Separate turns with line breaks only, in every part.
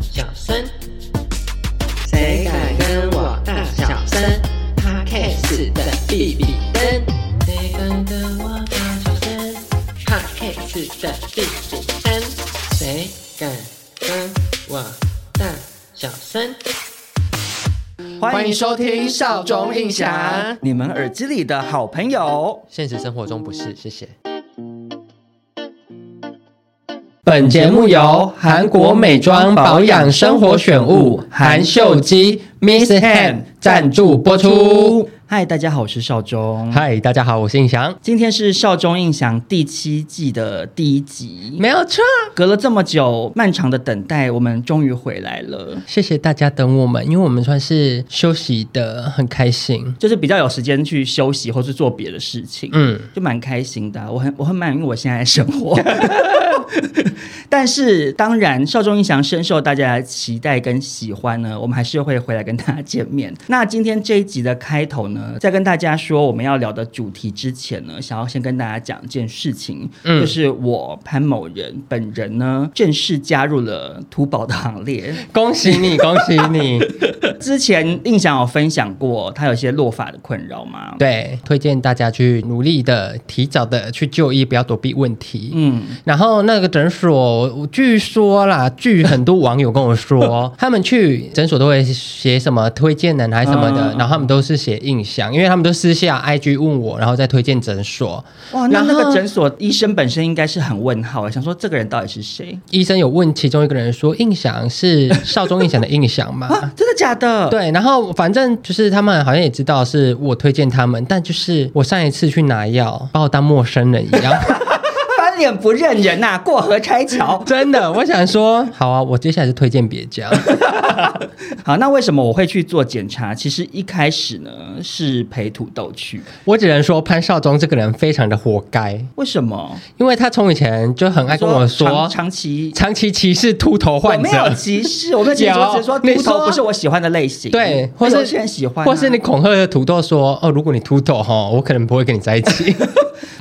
小声？谁敢跟我大小声？他 case 的比比登，谁敢跟我大小声？他 case 的比比登，谁敢跟我大小声？
欢迎
收听
少
中印象
你们耳机里的好朋友。
现实生活中不是，谢谢。
本节目由韩国美妆保养生活选物韩秀姬 Miss Han 赞助播出。
嗨，大家好，我是少中。
嗨，大家好，我是印翔，
今天是《少中印象》第七季的第一集。
没有错。
隔了这么久，漫长的等待，我们终于回来了，
谢谢大家等我们，因为我们算是休息的很开心。
就是比较有时间去休息或是做别的事情。
嗯，
就蛮开心的啊、我很我很满意我现在的生活。 但是当然，少中印象深受大家的期待跟喜欢呢，我们还是会回来跟大家见面。 那今天这一集的开头呢，在跟大家说我们要聊的主题之前呢，想要先跟大家讲一件事情，
嗯
就是我潘某人本人呢，正式加入了土宝的行列。
恭喜 你，恭喜你！
之前印象有分享过，他有一些落发的困扰嘛，
对，推荐大家去努力的、提早的去就医，不要躲避问题。
嗯。
然后那个诊所，我据说啦，据很多网友跟我 说，他们去诊所都会写什么推荐人还是什么的，
嗯
然后他们都是写印象，因为他们都私下 IG 问我，然后再推荐诊所。
哇，那
然
那
后
个诊所医生本身应该是很问号，想说这个人到底是谁
医生有问其中一个人说，印象是少中印象的印象
啊
吗？？
真的假 的？，
对，然后反正就是他们好像也知道是我推荐他们，但就是我上一次去拿药，把我当陌生人一样。。
翻脸不认人呐、过河拆桥
真的，我想说，好啊，我接下来就推荐别家。
好，那为什么我会去做检查？其实一开始呢是陪土豆去，
我只能说潘少忠这个人非常的活该，
为什么？
因为他从以前就很爱跟我说，
长长期
长期歧视秃头
我
患
没有
者。
歧视，我没有歧视，
有
我只是说
你
秃头
说
不是我喜欢的类型，
对，或
那
是
有些人喜欢啊、
或是你恐吓土豆说：“哦，如果你秃头哈，我可能不会跟你在一起。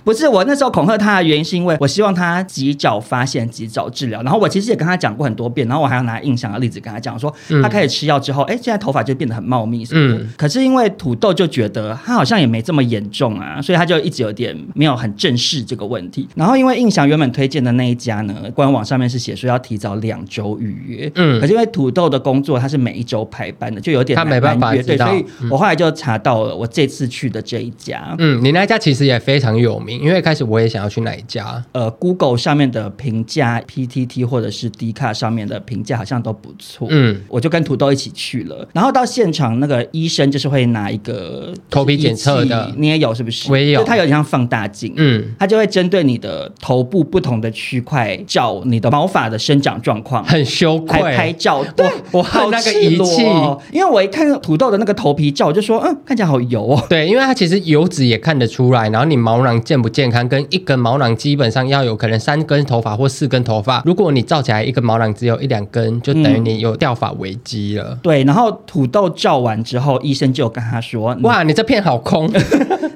不是我那时候恐吓他的原因，是因为我希望他及早发现、及早治疗。然后我其实也跟他讲过很多遍，然后我还要拿印象的例子跟他讲说，
嗯
他开始吃药之后，哎、现在头发就变得很茂密什么的。可是因为土豆就觉得他好像也没这么严重啊，所以他就一直有点没有很正视这个问题。然后因为印象原本推荐的那一家呢，官网上面是写说要提早两周预约，
嗯
可是因为土豆的工作他是每一周排班的，就有点
他没
难
办法
难约对，
知道
所以我后来就查到了我这次去的这一家，”
嗯，你那一家其实也非常有名，因为一开始我也想要去那一家。
呃，Google 上面的评价、PTT 或者是 d 卡上面的评价好像都不错。
嗯，
我就跟土豆一起去了，然后到现场那个医生就是会拿一个
头皮检测的
仪器你也有是不是？
我也有
就它有点像放大镜，
嗯，
它就会针对你的头部不同的区块照你的毛发的生长状况。
很羞
拍拍
愧。
照，
对
哇
我
好
恨那个
赤
仪
裸
器
哦因为我一看土豆的那个头皮照，我就说，嗯，看起来好油哦，
对，因为它其实油脂也看得出来，然后你毛囊健不健康，跟一根毛囊基本上要有可能三根头发或四根头发。如果你照起来一根毛囊只有一两根，就等于你有掉发危机了。
对，然后土豆照完之后，医生就跟他说，你
哇，你这片好空。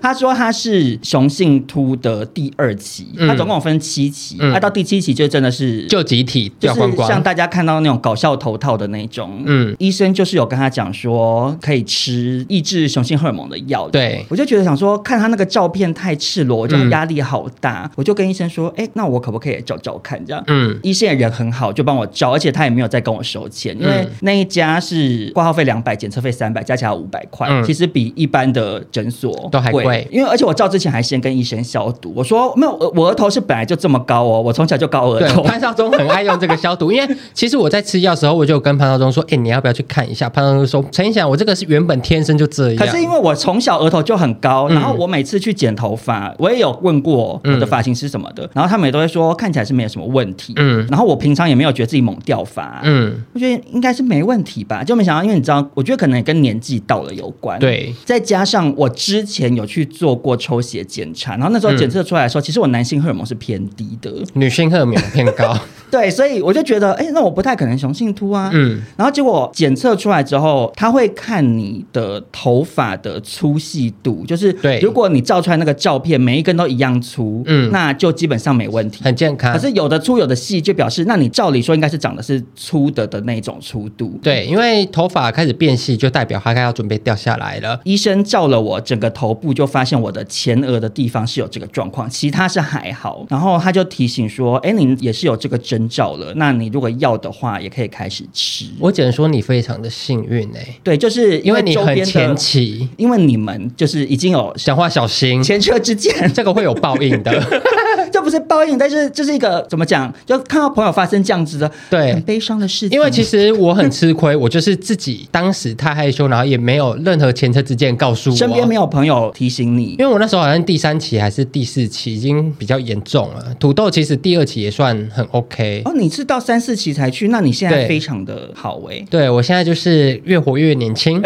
他说他是雄性秃的第二期，
嗯
他总共有分七期，他、
嗯
到第七期就真的是
就集体
就
掉光
是像
光。
大家看到那种搞笑头套的那种，嗯
嗯，
医生就是有跟他讲说可以吃抑制雄性荷尔蒙的药，
对
我就觉得想说看他那个照片太赤裸，我就
嗯
压力好大，我就跟医生说，哎、那我可不可以找找看这样？
嗯，
医生也人很好，就帮我照，而且他也没有再跟我收钱，因为
嗯
那一家是挂号费两百，检测费三百，加起来五百块，
嗯
其实比一般的诊所
都还贵
因为而且我照之前还先跟医生消毒，我说没有，我我额头是本来就这么高哦，我从小就高额
对，
头。
潘少忠很爱用这个消毒，因为其实我在吃药的时候，我就有跟潘少忠说：“哎、你要不要去看一下？”潘少忠说：“陈一翔，我这个是原本天生就这样。”
可是因
为
为我从小额头就很高，
嗯
然后我每次去剪头发，我也有问过
嗯
我的发型师什么的，然后他们也都会说看起来是没有什么问题。
嗯
然后我平常也没有觉得自己猛掉发，
嗯，
我觉得应该是没问题吧。就没想到，因为你知道，我觉得可能也跟年纪到了有关。。
对，
再加上我之前有去做过抽血检查，然后那时候检测出来的时候，其实我男性荷尔蒙是偏低的，
女性荷尔蒙偏高，
对，所以我就觉得，哎、那我不太可能雄性秃啊。
嗯
然后结果检测出来之后，他会看你的头发的粗细度，就是
对
如果你照出来那个照片每一根都一样粗，
嗯
嗯，那就基本上没问题。
很健 康
可。是有的粗有的细，就表示那你照理说应该是长的是粗的的那种粗度。
对，因为头发开始变细，就代表它该要准备掉下来了。
医生照了我整个头部，就发现我的前额的地方是有这个状况，其他是还好。然后他就提醒说：“哎，你也是有这个征兆了，那你如果要的话，也可以开始吃。
我只能说你非常的幸运哎、”
对，就是
因为你
周
很
边
前
的，
期，
因为你们就是已经有
讲话小心，
前车之鉴，
这个会有报应的。
这不是报应，但是这是一个怎么讲？就看到朋友发生这样子的
对
很悲伤的事情，
因为其实我很吃亏，我就是自己当时太害羞，然后也没有任何前车之鉴告诉我。
身边没有朋友提醒你，
因为我那时候好像第三期还是第四期已经比较严重了，土豆其实第二期也算很 OK。
哦，你是到三四期才去，那你现
对
在非常的好哎、
对我现在就是越活越 年轻，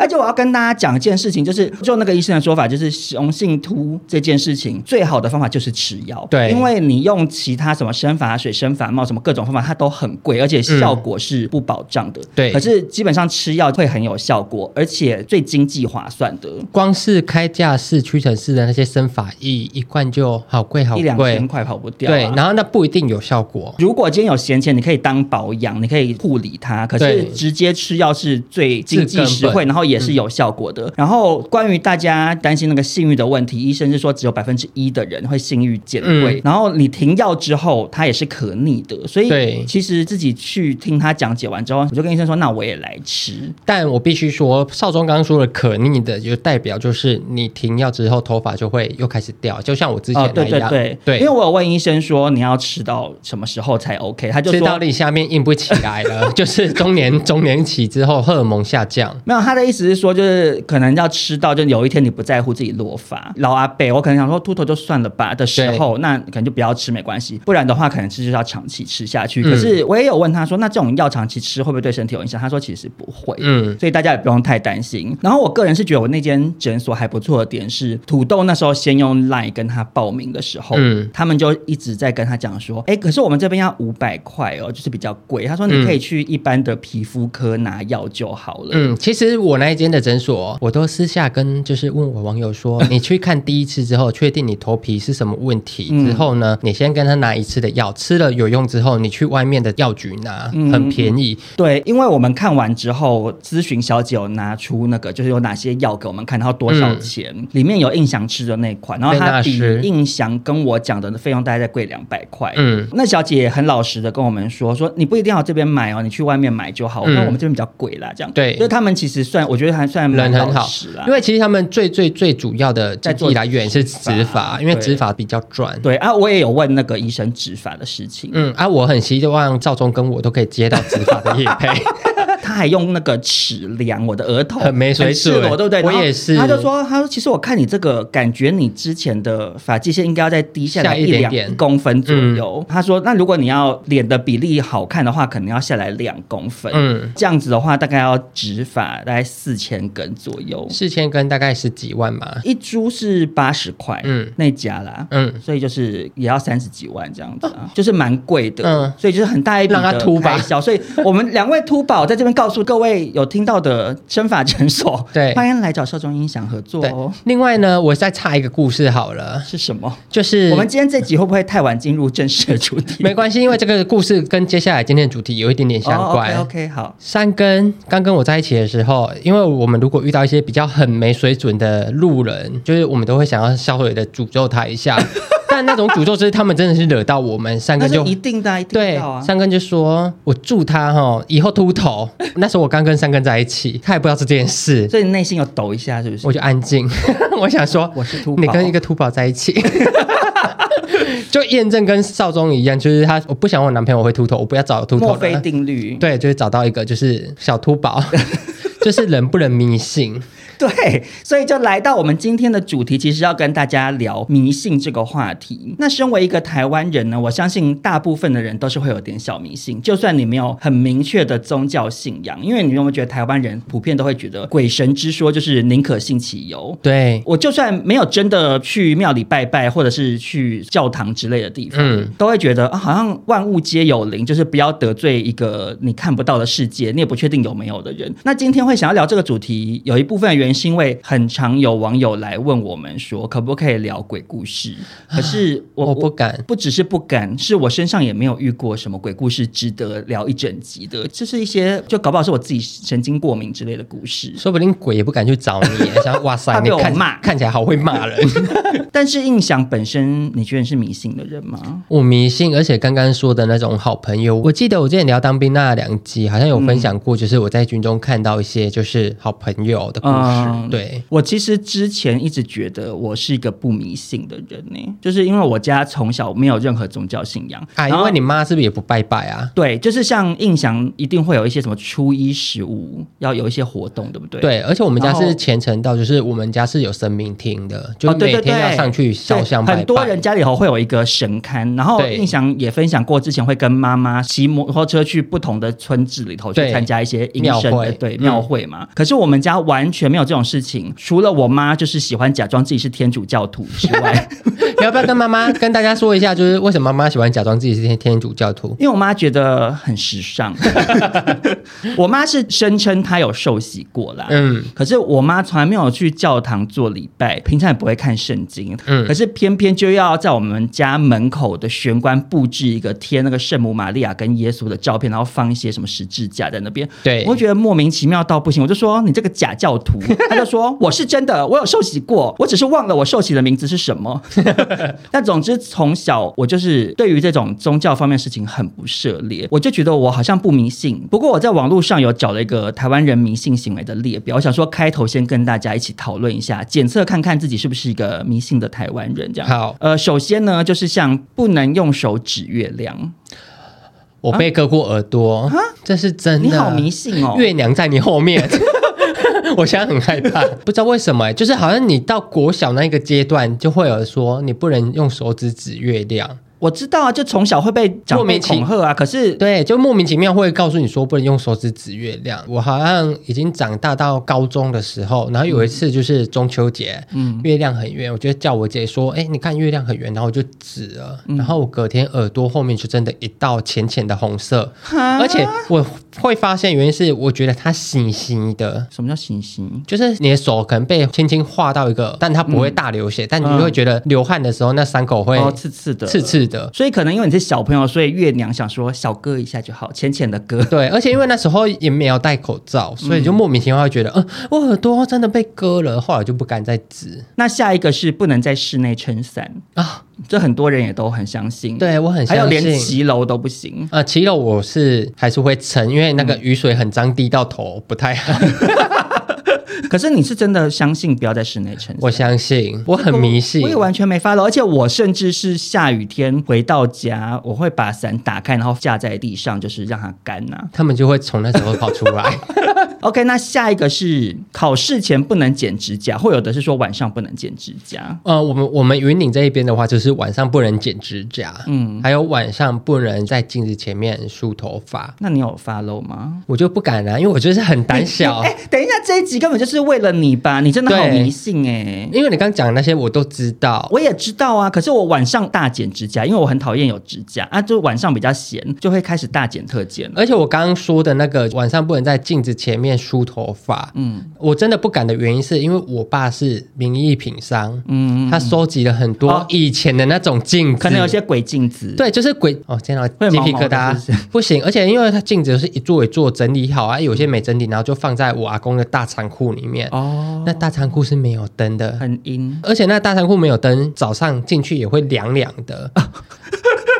而且我要跟大家讲一件事情，就是就那个医生的说法，就是雄性秃这件事情，最好的方法就是吃药。
对
因为你用其他什么生发水、生发帽什么各种方法，它都很贵，而且效果是不保障的。
对
可是基本上吃药会很有效果，而且最经济划算的。
光是开架式、屈臣氏的那些生发液一罐就好贵好
一两千
贵，
块跑不掉、啊，
对，然后那不一定有效果。
如果今天有闲钱，你可以当保养，你可以护理它。可是
对
直接吃药是最经济
是
实
根
惠，
本
然后也是有效果的。然后关于大家担心那个性欲的问题，医生是说只有百分之一的人会性欲减退。
嗯
然后你停药之后，它也是可逆的。所
对
以其实自己去听他讲解完之后，我就跟医生说，那我也来吃。
但我必须说，少中刚刚说的可逆的，就代表就是你停药之后，头发就会又开始掉，就像我之前
哦，对
那
对
样。
对因为我有问医生说你要吃到什么时候才 OK，他就
吃到
说。
力下面硬不起来了， 就是中年中年期之后荷尔蒙下降。
没有，他的意思是说，就是可能要吃到，就有一天你不在乎自己落发。老阿伯，我可能想说秃头就算了吧的时候，那可能就不要吃没关系，不然的话可能吃就是要长期吃下去。
嗯
可是我也有问他说，那这种药长期吃会不会对身体有影响？他说其实不会。
嗯，
所以大家也不用太担心。然后我个人是觉得我那间诊所还不错的点是，土豆那时候先用 LINE 跟他报名的时候，
嗯
他们就一直在跟他讲说，哎，可是我们这边要五百块哦，就是比较贵。他说
嗯
你可以去一般的皮肤科拿药就好了。
嗯，其实我那一间的诊所，我都私下跟就是问我网友说，你去看第一次之后，确定你头皮是什么问题之后呢，你先跟他拿一次的药，吃了有用之后，你去外面的药局拿，很便宜。
对，因为我们看完之后，咨询小姐有拿出那个，就是有哪些药给我们看，然后多少钱，里面有印象吃的那款，然后
贝纳
它比
诗
印象跟我讲的费用大概再贵两百块。
嗯
那小姐也很老实的跟我们说，说你不一定要这边买哦，你去外面买就好。
嗯
那、我们这边比较贵啦，这样。
对
就是他们其实算，我觉得还算蛮
嗯人很
老
好
实啦，
因。为其实他们最最最主要的经济来源是植发，因为
对
植发比较赚。
对啊，我也有问那个医生植发的事情，
嗯啊，我很希望赵忠跟我都可以接到植发的业配。
他还用那个尺量我的额头，
很没水准
很赤裸对不对？
我
然后
也是
他就说，他说其实我看你这个，感觉你之前的发际线应该要再低下
下
来
一点
两
点嗯
一公分左右。他说，那如果你要脸的比例好看的话，可能要下来两公分。
嗯，
这样子的话，大概要植发大概四千根左右，
四千根大概十几万吧。
一株是八十块，
嗯
嗯，那家啦，
嗯，
所以就是也要三十几万这样子、啊， 就是蛮贵的，
嗯
所以就是很大一笔
让他秃
的
吧
开销。所以我们两位秃宝在这边告诉各位有听到的生发诊所，
对
欢迎来找少中音响合作
对
哦。。
另外呢，我再插一个故事好了，
是什么？
就是
我们今天这集会不会太晚进入正式的主题？
没关系，因为这个故事跟接下来今天的主题有一点点相关。
o k 哦 OK，好。
三根刚跟我在一起的时候，因为我们如果遇到一些比较很没水准的路人，就是我们都会想要稍微的诅咒他 一下。但那种诅咒就是他们真的是惹到我们，三
那
根
是
就
一定的、啊，一定
对
要啊。
三根就说：“我祝他哈以后秃头。”那时候我刚跟三根在一起，他也不知道这件事，
所以你内心有抖一下，是不是？
我就安静。 我想说，
我是秃宝
你跟一个秃宝在一起， 就验证跟少宗一样，就是他，我不想我男朋友会秃头，我不要找秃头
墨
的
菲。 定律，
对，就是找到一个就是小秃宝，就是人不能迷信。
对，所以就来到我们今天的主题，其实要跟大家聊迷信这个话题。那身为一个台湾人呢，我相信大部分的人都是会有点小迷信，就算你没有很明确的宗教信仰，因为你有没有觉得台湾人普遍都会觉得鬼神之说就是宁可信其有。
对，
我就算没有真的去庙里拜拜，或者是去教堂之类的地方，
嗯
都会觉得啊，好像万物皆有灵，就是不要得罪一个你看不到的世界，你也不确定有没有的人。那今天会想要聊这个主题，有一部分的原因是因为很常有网友来问我们说，可不可以聊鬼故事？可是我
啊我不敢。
不只是不敢，是我身上也没有遇过什么鬼故事值得聊一整集的，就是一些就搞不好是我自己神经过敏之类的故事。
说不定鬼也不敢去找你，想哇 塞，
怕被
你
我
看
骂
看起来好会骂人。
但是印象本身，你觉得你是迷信的人吗？
我迷信，而且刚刚说的那种好朋友，我记得我之前聊当兵那两集，好像有
嗯
分享过，就是我在军中看到一些就是好朋友的故事。
嗯
对，
我其实之前一直觉得我是一个不迷信的人呢、就是因为我家从小没有任何宗教信仰
啊，
然
因
后
为你妈是不是也不拜拜啊？
对，就是像印象一定会有一些什么初一十五要有一些活动，对不对？。
对，而且我们家
然后
是虔诚到，就是我们家是有神明厅的，就
哦，
每
对对对，
天要上去烧香拜拜。
很多人 家里头会有一个神龛，然后呃
对
印象也分享过，之前会跟妈妈骑摩托车去不同的村子里头去
对
参加一些迎
庙
神的
会
对
嗯
庙会嘛。可是我们家完全没有这种事情，除了我妈就是喜欢假装自己是天主教徒之 外，
你要不要跟妈妈跟大家说一下，就是为什么妈妈喜欢假装自己是天天主教徒？
因为我妈觉得很时 尚。我妈是声称她有受洗过啦，
嗯，
可是我妈从来没有去教堂做礼拜，平常也不会看圣经。
嗯
可是偏偏就要在我们家门口的玄关布置一个贴那个圣母玛利亚跟耶稣的照片，然后放一些什么十字架在那边。
对
我会觉得莫名其妙到不行。我就说你这个假教徒，他就说我是真的，我有受洗过，我只是忘了我受洗的名字是什么。但总之，从小我就是对于这种宗教方面的事情很不涉猎，我就觉得我好像不迷信。不过我在网络上有找了一个台湾人迷信行为的列表，我想说开头先跟大家一起讨论一下，检测看看自己是不是一个迷信的台湾人。这样
好
呃，首先呢，就是像不能用手指月亮，
我被割过耳朵，这是真的。
你好迷信哦。
月娘在你后 面。我现在很害怕，不知道为什么、欸就是好像你到国小那个阶段，就会有说你不能用手指指月亮，
我知道啊，就从小会被长
莫
辈
名其
恐吓啊，可是。
对，就莫名其妙会告诉你说不能用手指指月亮。我好像已经长大到高中的时候，然后
嗯
有一次就是中秋节，嗯，月亮很圆，我就叫我姐说，哎、你看月亮很圆，然后我就指了，
嗯
然后我隔天耳朵后面就真的一道浅浅的红色，
啊
而且我会发现原因是我觉得它醒醒的，
什么叫行星？
就是你的手可能被轻轻划到一个，但它不会大流血，但你就会觉得流汗的时候那伤口会
嗯哦，刺刺的，
刺刺的。
所以可能因为你是小朋友，所以月娘想说小割一下就好，浅浅的割。
对，而且因为那时候也没有戴口罩，所以就莫名其妙会觉得，嗯、我耳朵真的被割了，后来就不敢再指
那下一个是不能在室内撑伞，
啊。
这很多人也都很相信。，
对我很
还有
相
连
信。
骑楼都不 行。
呃，骑楼我是还是会撑，因为那
嗯
个雨水很脏，滴到头不太好。
可是你是真的相信不要在室内撑伞？
我相信，我很迷信
我，也完全没发了，而且我甚至是下雨天回到家，我会把伞打开，然后架在地上，就是让它干呐、
他们就会从那时候跑出 来。
OK，那下一个是考试前不能剪指甲，或有的是说晚上不能剪指甲。
呃，我们我们云岭这一边的话，就是晚上不能剪指甲，嗯，还有晚上不能在镜子前面梳头发。
那你有 follow 吗？
我就不敢啦、因为我就是很胆小
哎、。等一下，这一集根本就是为了你吧？你真的好
对
迷信哎、
因为你刚讲的那些我都知道，
我也知道啊，可是我晚上大剪指甲，因为我很讨厌有指甲啊，就晚上比较闲，就会开始大剪特剪了。
而且我刚刚说的那个晚上不能在镜子前面梳头发，
嗯，
我真的不敢的原因是因为我爸是名艺品商，
嗯
嗯，他收集了很多
哦
以前的那种镜子，
可能有些鬼镜子。，
对，就是鬼哦，天哪，
会
鸡
毛
皮
毛的
疙瘩
是不
不行，而且因为它镜子是一座一座整理好啊，有些没整理，然后就放在我阿公的大仓库里面。
哦，
那大仓库是没有灯的，
很阴。
而且那大仓库没有灯，早上进去也会凉凉 的。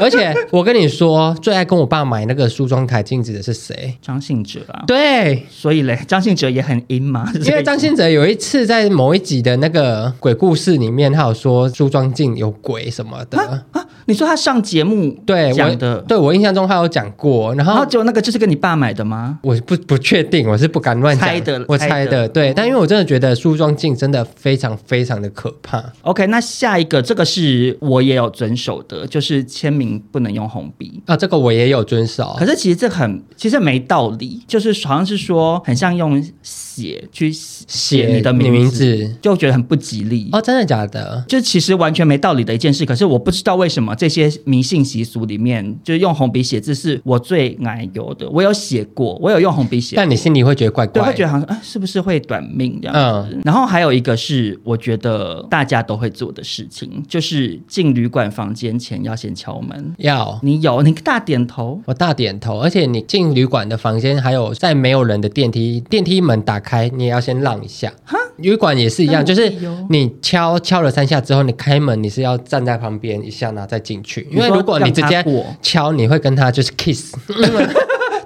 而且我跟你说，最爱跟我爸买那个梳妆台镜子的是谁？
张信哲啊，
对，
所以嘞，张信哲也很阴嘛。
因为张信哲有一次在某一集的那个鬼故事里面，他有说梳妆镜有鬼什么的。
啊，你说他上节目
对
讲的
我，，对我印象中他有讲过，然
然后
后
结果那个就是跟你爸买的吗？
我不不确定，我是不敢乱讲
猜的哦
我
猜
猜
的
的，对，但因为我真的觉得梳妆镜真的非常非常的可怕，
OK，那下一个这个是我也有遵守的，就是签名不能用红笔。
啊，这个我也有遵守
哦可，是其实这很，其实没道理，就是好像是说很像用血去写你的
你
名
名字
就觉得很不吉利。
哦，真的假的？
就其实完全没道理的一件事，可是我不知道为什么这些迷信习俗里面，就是用红笔写字是我最奶油的。我有写过，我有用红笔写过，
但你心里会觉得怪
对
怪
会
的，
觉得好像啊，是不是会短命这样？
嗯，
然后还有一个是，我觉得大家都会做的事情，就是进旅馆房间前要先敲门。
要。
你有，你大点头。
我大点头，而且你进旅馆的房间，还有在没有人的电梯，电梯门打开，你也要先让一下。旅馆也是一样，
那
就
我
是
可以哦
你敲敲了三下之后，你开门，你是要站在旁边一下，然后再进去。因为
你说
如果你直接
让他过
敲，你会跟他就是 kiss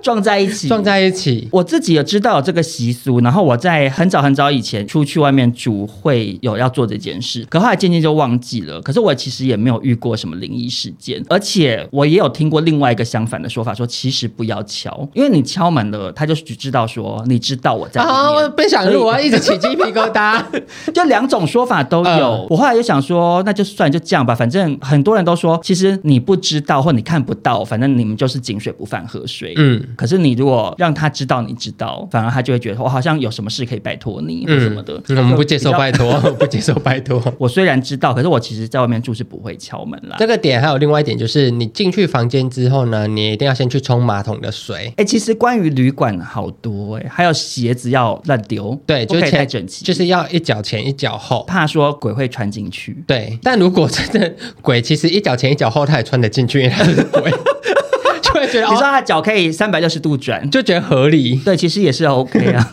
撞在一起，
撞在一起。
我自己有知道有这个习俗，然后我在很早很早以前出去外面住会有要做这件事，可后来渐渐就忘记了。可是我其实也没有遇过什么灵异事件，而且我也有听过另外一个相反的说法，说其实不要敲，因为你敲门了，他就只知道说你知哦道我在里面。
啊！我不想
所以
录，我要一直起鸡皮疙瘩。
就两种说法都有。
嗯
我后来就想说，那就算就这样吧，反正很多人都说，其实你不知道或你看不到，反正你们就是井水不犯河水。
嗯，
可是你如果让他知道你知道，反而他就会觉得我好像有什么事可以拜托你或什么的。
嗯我们不接受
就比较
拜托， 不接受拜托。
我虽然知道，可是我其实在外面住是不会敲门啦。
这个点还有另外一点，就是你进去房间之后呢，你一定要先去冲马桶的水。
哎、其实关于旅馆好多哎、还有鞋子要乱丢，
对，
不
就
可
是
以太
前
整齐，
就是要一脚前一脚后。
怕说鬼会穿进去。
对，但如果真的鬼，其实一脚前一脚后，他也穿得进去，因 为他是鬼，就会觉得
你说
哦，
他脚可以三百六十度转，
就觉得合理。
对，其实也是 OK 啊。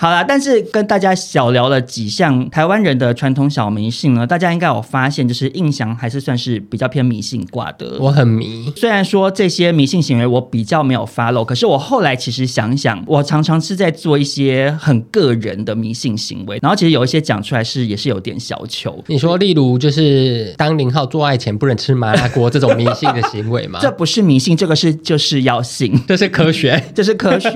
好啦，但是跟大家小聊了几项台湾人的传统小迷信呢，大家应该有发现，就是印象还是算是比较偏迷信挂的。
我很迷，
虽然说这些迷信行为我比较没有 follow，可是我后来其实想想，我常常是在做一些很个人的迷信行为，然后其实有一些讲出来是也是有点小糗，
你说例如就是当零号做爱前不能吃麻辣锅这种迷信的行为 吗？
这不是迷信，这个是就是要信。
这是科学。
这是科学。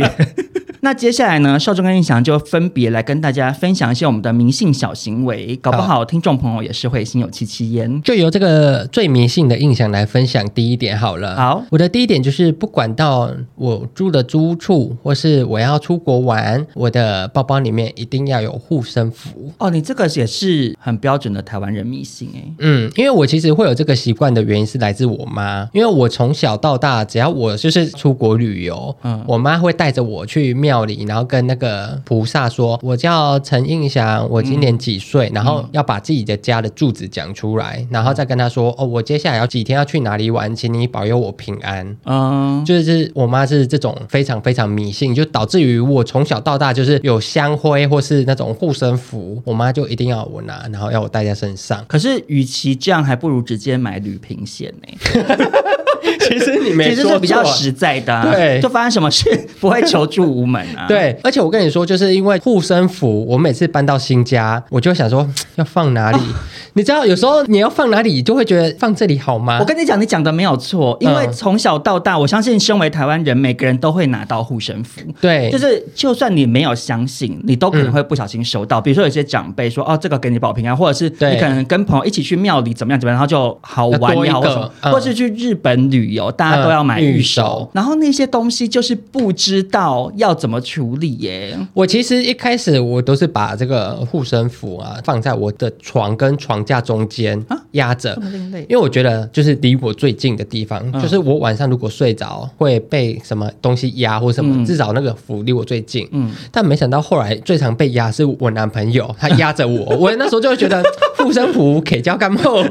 那接下来呢，少中跟印翔就分别来跟大家分享一些我们的迷信小行为，搞不好听众朋友也是会心有戚戚焉。
就由这个最迷信的印象来分享第一点好了。
好
我的第一点就是，不管到我住的租处，或是我要出国玩，我的包包里面一定要有护身符。
哦，你这个也是很标准的台湾人迷信哎、
嗯，因为我其实会有这个习惯的原因是来自我妈，因为我从小到大，只要我就是出国旅游，
嗯
我妈会带着我去庙里，然后跟那个菩萨说，我叫陈映祥，我今年几岁，然后要把自己的家的住址讲出来，然后再跟他说，哦，我接下来要几天要去哪里玩，请你保佑我平安。
嗯，
就是我妈是这种非常非常迷信，就导致于我从小到大就是有香灰或是那种护身符，我妈就一定要我拿，然后要我带在身上。
可是与其这样，还不如直接买旅平险呢、
其实 你没
其实
说
是比较
错
实在的、啊。
对
就发生什么事不会求助无门啊。，
对，而且我跟你说，就是因为护身符，我每次搬到新家，我就想说要放哪里。 你知道，有时候你要放哪里，就会觉得放这里好吗
我？跟你讲，你讲的没有错，因为
嗯
从小到大，我相信身为台湾人，每个人都会拿到护身符。
对，嗯
就是就算你没有相信，你都可能会不小心收到。比如说有些长辈说哦，这个给你保平安，或者是
对
你可能跟朋友一起去庙里怎么样怎么样，然后就好
要多
玩
一
呀，
个
或什么，
嗯
或是去日本旅游，大家都要买
嗯
玉
玉手
手，然后那些东西就是不知道要怎么处理耶。
我其实一开始我都是把这个护身符啊放在我的床跟床架中间
啊
压着
这么另类，嗯
因为我觉得就是离我最近的地方，就是我晚上如果睡着会被什么东西压或什么，
嗯
至少那个符离我最近。
嗯
但没想到后来最常被压是我男朋友，他压 着我，我那时候就会觉得护身符给交干后，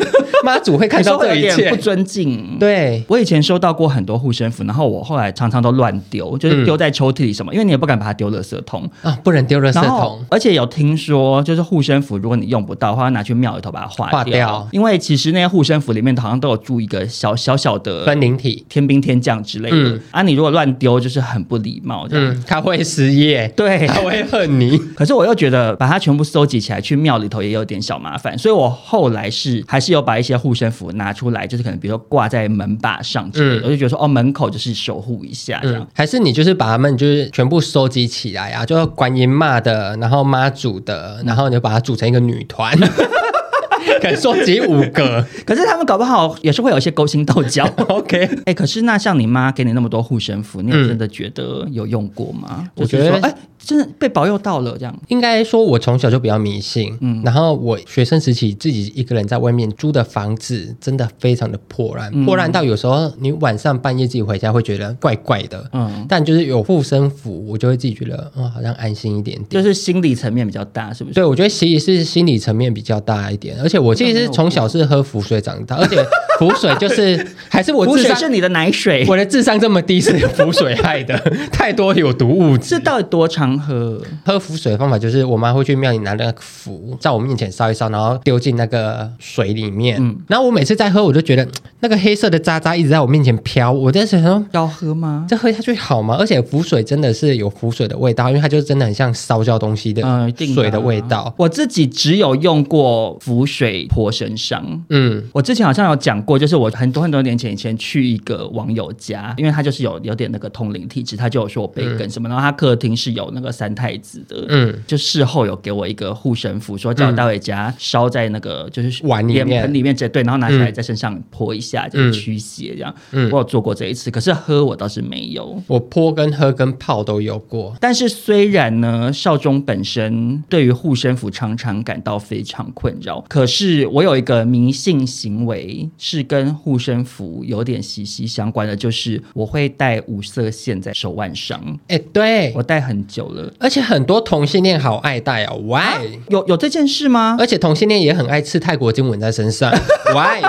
妈祖会看
你说
到
会
这
有
一
点
切
不。尊敬。
对，
我以前收到过很多护身符，然后我后来常常都乱丢，就是丢在抽屉里什么，因为你也不敢把它丢垃圾桶。
啊，不能丢垃圾
然后
桶，，
而且有听说，就是护身符，如果你用不到的话，拿去庙里头把它化
化掉
因为其实那些护身符里面好像都有注一个小小小的
分灵体。
天兵天将之类的、
嗯
啊，你如果乱丢，就是很不礼貌这样。
嗯，他会失业，
对
他会恨你。
可是我又觉得把它全部收集起来去庙里头也有点小麻烦，所以我后来是还是有把一些护身符拿出来，就是可能比如说挂在门把上之类的，
嗯
我就觉得说哦，门口就是守护一下这样。
嗯，还是你就是把它们就是全部收集起来啊，就是观音骂的，然后妈祖的，然后你就把它组成一个女 团，可能收集五个。
可是他们搞不好也是会有一些勾心斗 角。
OK，
哎、可是那像你妈给你那么多护身符，你有
嗯
真的觉得有用过吗？
我
就是说
觉得
哎、真的被保佑到了这样。
应该说我从小就比较迷信，嗯，然后我学生时期自己一个人在外面租的房子真的非常的破烂，
嗯
破烂到有时候你晚上半夜自己回家会觉得怪怪的，
嗯
嗯，但就是有护身符，我就会自己觉得，哦，好像安心一点点。
就是心理层面比较大，是不是？
对，我觉得其实是心理层面比较大一点，而且我其实是从小是喝浮水长大，而且浮水 就是还是我
补
智
水
商，
是你的奶水，
我的智商这么低是浮水害的，太多有毒物质
这。到底多常喝？
喝浮水的方法就是，我妈会去庙里拿那个符，在我面前烧一烧，然后丢进那个水里面。
嗯
然后我每次在喝，我就觉得那个黑色的渣渣一直在我面前飘，我在想说。
要喝吗？
这喝下去好吗？而且浮水真的是有浮水的味道，因为它就真的很像烧焦东西的
嗯，一定
水的
啊
味道。
我自己只有用过浮水泼身上。
嗯，
我之前好像有讲过，就是我很多很多年前以前去一个网友家，因为他就是有有点那个通灵体质，他就有说我被跟什么，然后他客厅是有那个三太子的，
嗯
就事后有给我一个护身符，说叫我带回家烧在那个就是
碗里面
脸盆里面，这对，然后拿起来在身上泼一下，就是驱邪这样。
嗯
我有做过这一次，可是喝我倒是没有。
我泼跟喝跟泡都有过。
但是虽然呢，少中本身对于护身符常常感到非常困扰，可是我有一个迷信行为是跟护身符有点息息相关的，就是我会戴五色线在手腕上，
哎、对
我，戴很久了。
而且很多同性恋好爱戴哦，Why？、
有有这件事吗？
而且同性恋也很爱刺泰国经文在身 上，Why？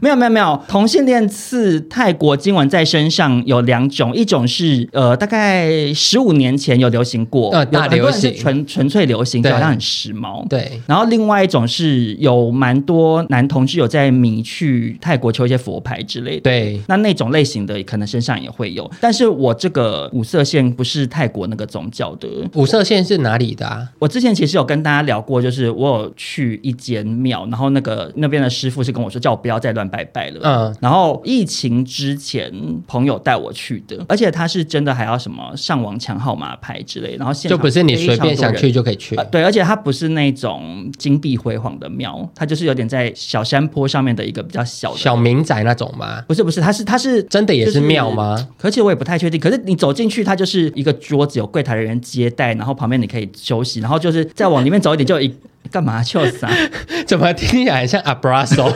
没有没有没有，同性恋刺泰国经文在身上有两种，一种是呃大概十五年前有流行过，
呃大
有很多人
流行
是纯纯粹流行，就
对
好像很时髦。
对，
然后另外一种是有蛮多男同志有在迷去泰国求一些佛牌之类的。
对
那那种类型的可能身上也会有，但是我这个五色线不是泰国那个宗教的。
五色线是哪里的啊？
我之前其实有跟大家聊过，就是我有去一间庙，然后那个那边的师傅是跟我说，叫我不要再乱拜拜了。
嗯
然后疫情之前朋友带我去的，而且他是真的还要什么上网抢号码牌之类，然后现
就
场
不是你
非
随
常
便
多
想
人
去就可以去
呃。对，而且它不是那种金碧辉煌的庙，它就是有点在小山坡上面的一个比较小的。
小民宅那种吗？
不是不是，它是它是
真的也是庙吗？
就是而且我也不太确定。可是你走进去，它就是一个桌子，有柜台人员接待，然后旁边你可以休息，然后就是再往里面走一点就有一干嘛笑死啊！
怎么听起来很像 abrazo？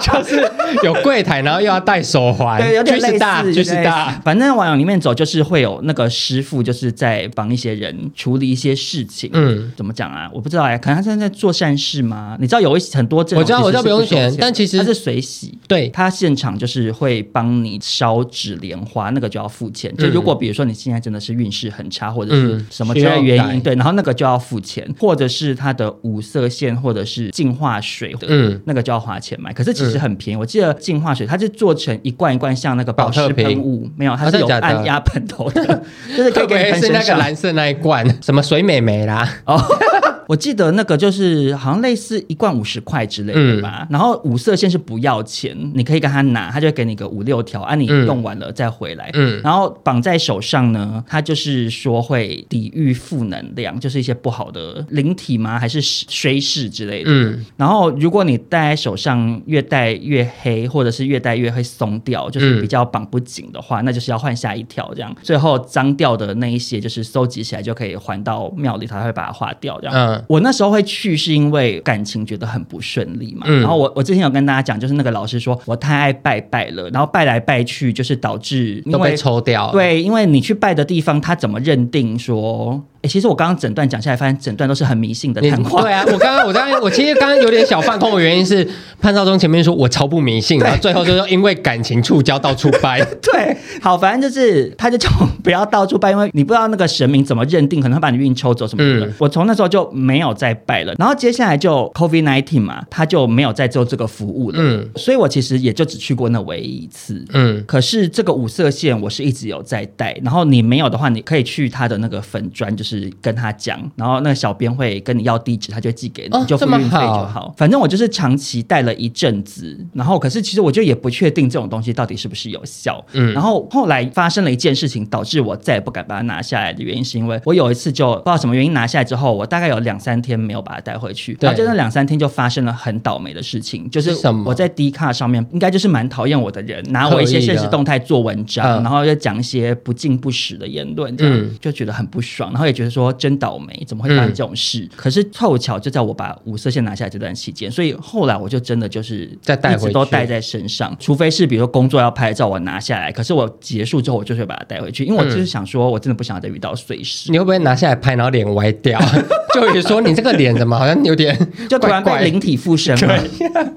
就是 有柜台，然后又要戴手环，
对，有点
居
类
士哎大，
似，
居
就是
士大。
反正往里面走，就是会有那个师傅，就是在帮一些人处理一些事情。
嗯，
怎么讲啊？我不知道哎、可能他现在在做善事吗？你知道有一些很多这种
我知道
其实
我知道
是
不用
收
钱
的
但其实
它是随喜。
对，
他现场就是会帮你烧纸莲花，那个就要付钱。就如果比如说你现在真的是运势很差，或者是
嗯
什么
需
之类
要
原
改
因，对，然后那个就要付钱，或者是它的五色线或者是净化水的，
嗯
那个就要花钱买。可是其实很便宜，我记得净化水它是做成一罐一罐像那个
保
保湿
特瓶
喷雾，没有，它
啊
是
真的
有
假的
按压 喷头的，就是可
特
以给你
别
喷
是那
身
个
上。
蓝色那一罐，什么水美眉啦，
哦，我记得那个就是好像类似一罐五十块之类的吧，
嗯
然后五色线是不要钱，你可以跟他拿，他就会给你个五六条，啊，你
嗯
用完了再回来。
嗯
然后绑在手上呢，它就是说会抵御负能量，就是一些不好的灵体吗？还是水势之类的？
嗯
然后，如果你戴在手上越戴越黑，或者是越戴越会松掉，就是
嗯
比较绑不紧的话，那就是要换下一条这样。最后脏掉的那一些，就是收集起来就可以还到庙里，他会把它化掉这样。
嗯
我那时候会去是因为感情觉得很不顺利嘛。
嗯
然后我我之前有跟大家讲，就是那个老师说我太爱拜拜了，然后拜来拜去，就是导致因
都被
为
抽掉了。
对，因为你去拜的地方，他怎么认定说？哎，其实我刚刚整段讲下来，发现整段都是很迷信的
你
谈话。
对啊，我刚刚我刚刚我其实刚刚有点小放空的原因是潘少忠前面说我超不迷信，然后最后就是因为感情触礁到处掰。
对，好，反正就是他就叫我不要到处拜，因为你不知道那个神明怎么认定，可能会把你运抽走什么的。
嗯
我从那时候就没有再拜了。然后接下来就 COVID nineteen 嘛，他就没有再做这个服务了。
嗯
所以我其实也就只去过那唯一一次。
嗯，
可是这个五色线我是一直有在戴，然后你没有的话，你可以去他的那个粉砖，就是时跟他讲，然后那个小编会跟你要地址，他就会寄给你，
哦
你就付
这么
运费就
好
好。反正我就是长期戴了一阵子，然后可是其实我就也不确定这种东西到底是不是有效。
嗯
然后后来发生了一件事情，导致我再也不敢把它拿下来的原因，是因为我有一次就不知道什么原因拿下来之后，我大概有两三天没有把它带回去，
对
然后就那两三天就发生了很倒霉的事情，就是
什么
我在 D 卡上面应该就是蛮讨厌我的人，拿我一些
刻意的
现实动态做文章，
嗯
然后又讲一些不敬不实的言论，这样、
嗯
就觉得很不爽，然后也觉得说真倒霉，怎么会发生这种
嗯
事？可是凑巧就在我把五色线拿下来这段期间，所以后来我就真的就是
再带
一直
回
都
去
带在身上，除非是比如说工作要拍照我拿下来，可是我结束之后我就是会把它带回去，因为我
嗯
就是想说我真的不想再遇到碎事。
你会不会拿下来拍，然后脸歪掉？ 就比如说你这个脸怎么好像有点
就突然
怪
被
怪
灵体附身了，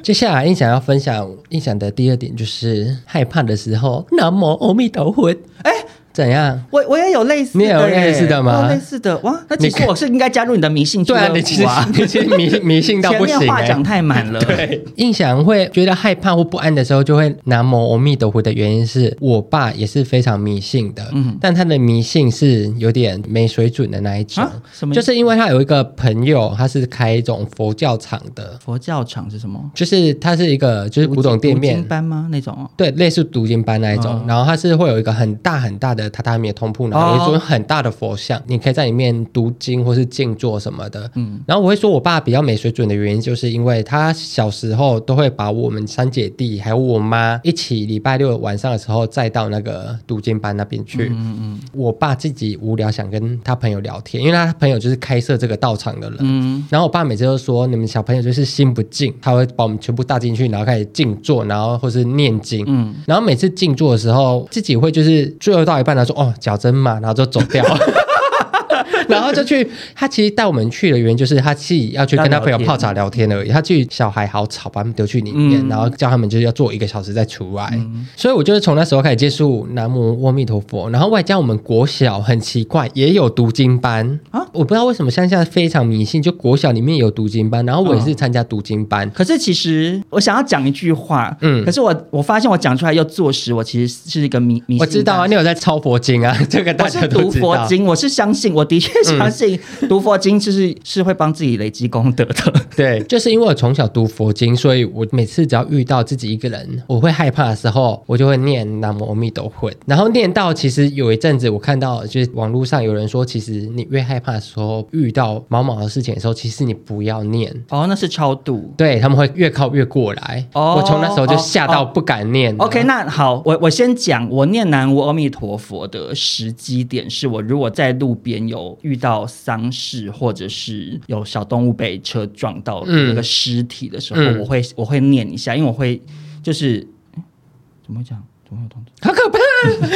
接下来，印想要分享印想的第二点就是害怕的时候，南无阿弥陀佛。哎、怎样？
我我也有类似的
你也有
耶
类似的吗
我有类似的哇，那其
你
实我是应该加入你的迷信俱
对
乐部
啊，你其实、你其实迷迷信到
前
不行、
面话
欸
讲。太满了，
对，印象会觉得害怕或不安的时候，就会南无阿弥陀佛的原因是我爸也是非常迷信的，
嗯
但他的迷信是有点没水准的那一种
啊，什么意
就
思
是因为他有一个朋友，他是开一种佛教场的，
佛教场是什么？
就是他是一个就是古董店
读
面
经，班吗？那种哦
对，类似读经班那一种，
嗯
然后它是会有一个很大很大的榻榻米的通铺，然后有一尊很大的佛像，你可以在里面读经或是静坐什么的。嗯，然后我会说我爸比较没水准的原因，就是因为他小时候都会把我们三姐弟还有我妈一起礼拜六晚上的时候再到那个读经班那边去。嗯嗯，我爸自己无聊想跟他朋友聊天，因为他朋友就是开设这个道场的人。
嗯，
然后我爸每次都说，你们小朋友就是心不静，他会把我们全部搭进去，然后开始静坐，然后或是念经。嗯
嗯，
然后每次静坐的时候，自己会就是最后到一半，他说：“哦，脚真麻”，然后就走 掉。然后就去，他其实带我们去的原因就是他自己要去跟他朋友泡茶聊天而已。他去小孩好吵，把他们丢去里面，
嗯
然后叫他们就是要做一个小时再出来。所以我就是从那时候开始接触南无阿弥陀佛，然后外加我们国小很奇怪也有读经班啊
啊，
我不知道为什么乡下非常迷信，就国小里面有读经班，然后我也是
哦
参加读经班。
可是其实我想要讲一句话，
嗯
嗯，可是我我发现我讲出来又坐实，我其实是一个迷迷信。
我知道啊，你。有在抄佛经啊，这个大
我
家
是
都
读
知
佛
道。嗯
经，我是相信，我的确相信读佛经就是、是会帮自己累积功德的。
对，就是因为我从小读佛经，所以我每次只要遇到自己一个人，我会害怕的时候，我就会念南无阿弥陀佛。然后念到其实有一阵子，我看到就是网络上有人说，其实你越害怕的时候，遇到毛毛的事情的时候，其实你不要念。
哦，那是超度。
对他们会越靠越过来，
哦
我从那时候就
哦
吓到
哦
不敢念了。
OK，那好，我我先讲，我念南无阿弥陀佛的时机点是我如果在路边有遇到丧事，或者是有小动物被车撞到
嗯
那个尸体的时候，
嗯
我会我会念一下，因为我会就是诶怎么会 讲？怎么会有动作？
好 可怕，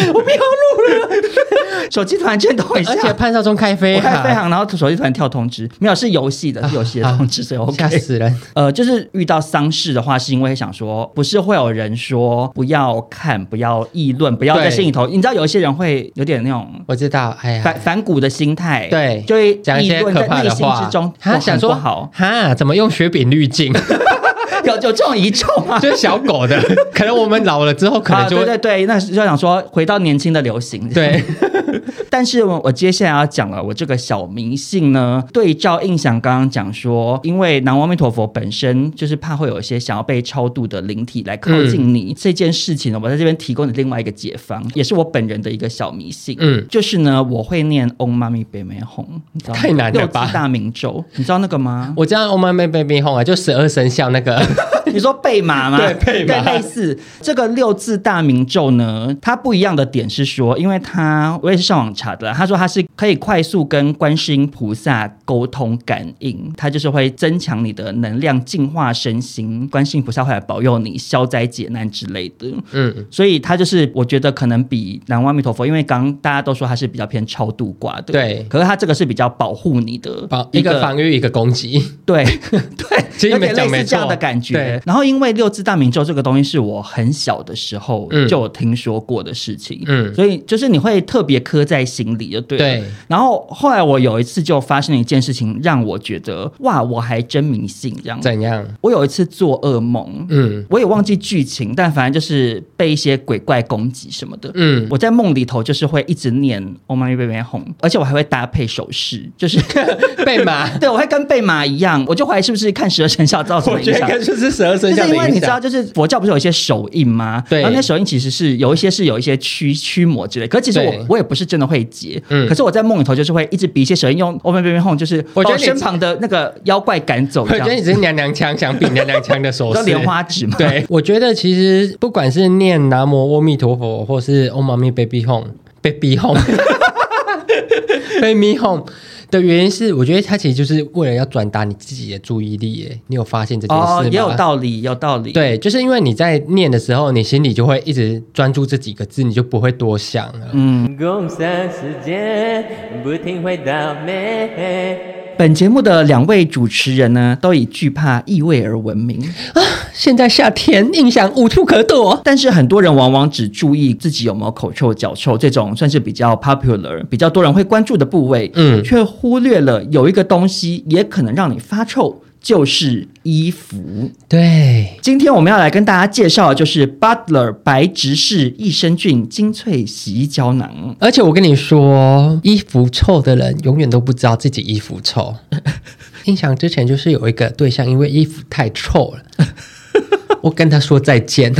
我不要录了。
手机突然间动一下，
而且潘少忠开飞啊
我
哈，
看飞航，然后手机突然跳通知，没有是游戏的，是游戏的通知，所以 OK。
吓死人。
呃，就是遇到丧事的话，是因为想说，不是会有人说不要看、不要议论、不要在
对
心里头。你知道有一些人会有点那种
我知道，哎呀，
反反骨的心态，
对
就会
讲一
议
些
论
可
在
怕
内
的
心
话
之中，
他
我
想
很
说
不好，
哈，怎么用雪饼滤镜？
有有这种一众啊。
就是小狗的，可能我们老了之后，可能
啊，
就
对
会、
对对，那就想说回到年轻的流行，
对，
但是我我接下来要讲了，我这个小迷信呢，对照印象刚刚讲说，因为南无阿弥陀佛本身就是怕会有一些想要被超度的灵体来靠近
嗯
你、这件事情呢，我在这边提供你另外一个解方，也是我本人的一个小迷信。
嗯
就是呢，我会念 Om Mani p a m e h o m 你知道吗
太难了吧
六字大明咒，你知道那个吗？
我知道 Oh My Baby Home 啊，就十二生肖那个，
你说贝马吗？
对贝马
对类似这个六字大明咒呢，它不一样的点是说，因为它我也是上网查的啦，他说它是可以快速跟观世音菩萨沟通感应，它就是会增强你的能量，净化身心，观世音菩萨会来保佑你消灾解难之类的。
嗯，
所以它就是，我觉得可能比南无阿弥陀佛，因为刚刚大家都说它是比较偏超度卦的，
对
可是它这个是比较保护你的
防一个防御一个攻击，
对对，
其实
有
你
点
们讲
类
没
似这样
错
的感觉
对。
然后因为六字大明咒这个东西是我很小的时候
嗯
就有听说过的事情，
嗯
所以就是你会特别刻在心里，就对了。
对
然后后来我有一次就发生了一件事情，让我觉得哇，我还真迷信这样子。
怎样？
我有一次做噩梦，
嗯
我也忘记剧情，但反正就是被一些鬼怪攻击什么的。
嗯，
我在梦里头就是会一直念 “Oh my baby home”，而且我还会搭配手势，就是
被骂。
对我会跟贝玛一样，我就怀疑是不是看十二生肖造成
我
的
觉
影
得应
响。
该就是十二生
就
肖
是
的
因为
影
你知道，
响。
就是佛教不是有一些手印吗？
对
然后那手印其实是有一些是有一些驱驱魔之类，可是其实
对
我我也不是真的会结，
嗯
可是我在梦里头就是会一直比一些手印，用 Open Baby Home 就是
我
把
觉得
我身
你
旁的那个妖怪赶走，
我
这
觉得你
样。
只是娘娘腔，想比娘娘腔的手
你知道
势。
莲花指 吗？
对，我觉得其实不管是念南无阿弥陀佛，或是 Om Mani Baby Home，Baby Home，Baby Home 的原因是，我觉得它其实就是为了要转达你自己的注意力耶。你有发现这件事吗？
哦，也有道理，有道理。，
对，就是因为你在念的时候，你心里就会一直专注这几个字，你就不会多想了。
嗯
共享时间，不停回到美。
本节目的两位主持人呢，都以惧怕异味而闻名，
啊现在夏天，印象无处可躲。
但是很多人往往只注意自己有没有口臭、脚臭这种算是比较 popular、比较多人会关注的部位，
嗯
却忽略了有一个东西也可能让你发臭，就是衣服。
对，
今天我们要来跟大家介绍的就是 Butler 白执事益生菌精粹洗衣胶囊。
而且我跟你说，衣服臭的人永远都不知道自己衣服臭。印象之前就是有一个对象，因为衣服太臭了，我跟他说再见。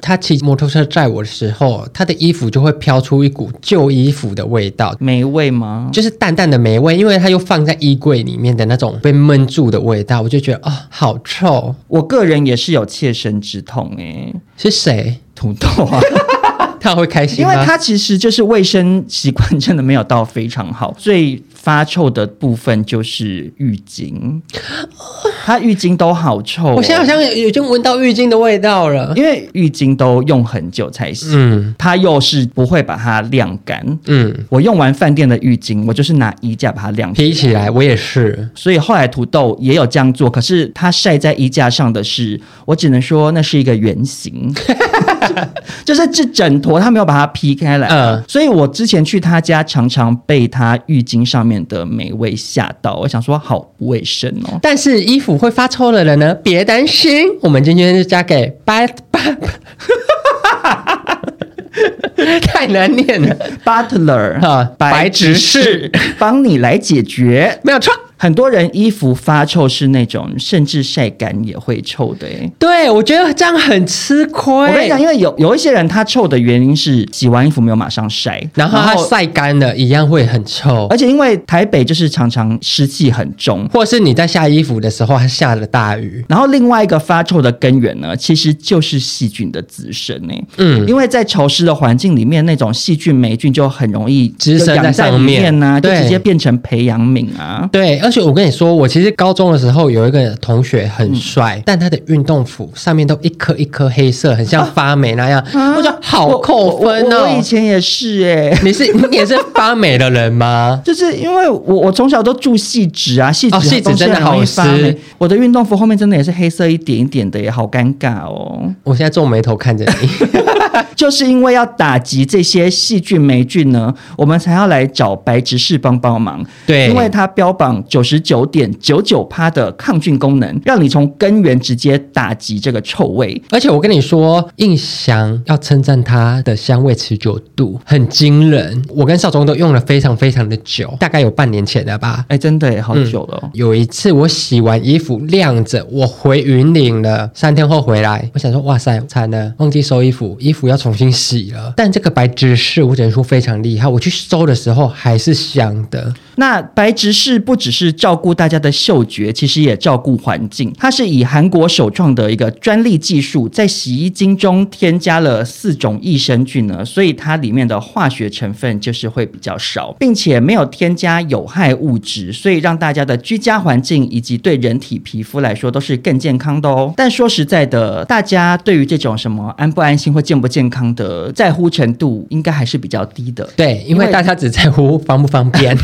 他骑摩托车载我的时候，他的衣服就会飘出一股旧衣服的味道，
没味吗？
就是淡淡的霉味，因为它又放在衣柜里面的那种被闷住的味道，我就觉得啊、好臭，
我个人也是有切身之痛诶、
是谁？
土豆啊。
他会开心
因
吗？
为它其实就是卫生习惯真的没有到非常好，最发臭的部分就是浴巾，它浴巾都好臭、
哦
哦
我现在好，像已经闻到浴巾的味道了。
因为浴巾都用很久才洗，
嗯
它又是不会把它晾干。
嗯，
我用完饭店的浴巾，我就是拿衣架把它晾
提起来我也是。
所以后来土豆也有这样做，可是它晒在衣架上的是，我只能说那是一个圆形， 就是这整坨它没有把它劈开来。
嗯
所以我之前去他家，常常被他浴巾上面的霉味吓到，我想说好不卫生 哦。
但是衣服会发臭的人呢，别担心，我们今天就交给 Bad Bad。太难念了，
Butler
啊白执事
帮你来解决。
没有错。
很多人衣服发臭是那种，甚至晒干也会臭的、欸。
对，我觉得这样很吃亏。
我跟你讲，因为有有一些人他臭的原因是洗完衣服没有马上晒，
然后它晒干了，一样会很臭。
而且因为台北就是常常湿气很重，
或是你在下衣服的时候，它下了大雨，
然后另外一个发臭的根源呢，其实就是细菌的滋生呢、
嗯
因为在潮湿的环境里面，那种细菌霉菌就很容易
滋生
就养
在
在
上
里
面
面呐、就
对
直接变成培养皿啊。
对，而且我跟你说，我其实高中的时候有一个同学很
嗯
帅，但他的运动服上面都一颗一颗黑色，很像发霉那样，我就啊好扣分
啊我我我
哦
我以。前也是哎、？
你是你也是发霉的人吗
就是因为我我从小都住细纸啊，细纸
哦细纸
东西
真的
很容易
好
发
湿
霉。我的运动服后面真的也是黑色一点一点的耶，也好尴尬哦。
我现在皱眉头看着你，
就是因为要打击这些细菌霉菌呢，我们才要来找白执事帮帮忙。
对
因为它标榜九十九点九九趴的抗菌功能，让你从根源直接打击这个臭味。
而且我跟你说，印翔要称赞它的香味持久度很惊人，我跟少宗都用了非常非常的久，大概有半年前了吧。
哎，真的耶好久了、哦。
有一次我洗完衣服晾着，我回云岭了，三天后回来，我想说，哇塞，惨了，忘记收衣服，衣服要重新洗了。但这个白芝士，我只能说非常厉害，我去收的时候还是香的。
那白执事不只是照顾大家的嗅觉，其实也照顾环境。它是以韩国首创的一个专利技术，在洗衣精中添加了四种益生菌呢，所以它里面的化学成分就是会比较少，并且没有添加有害物质，所以让大家的居家环境以及对人体皮肤来说都是更健康的哦。但说实在的，大家对于这种什么安不安心或健不不健康的在乎程度应该还是比较低的。
对，因
因
为
为
大家只在乎方不方便。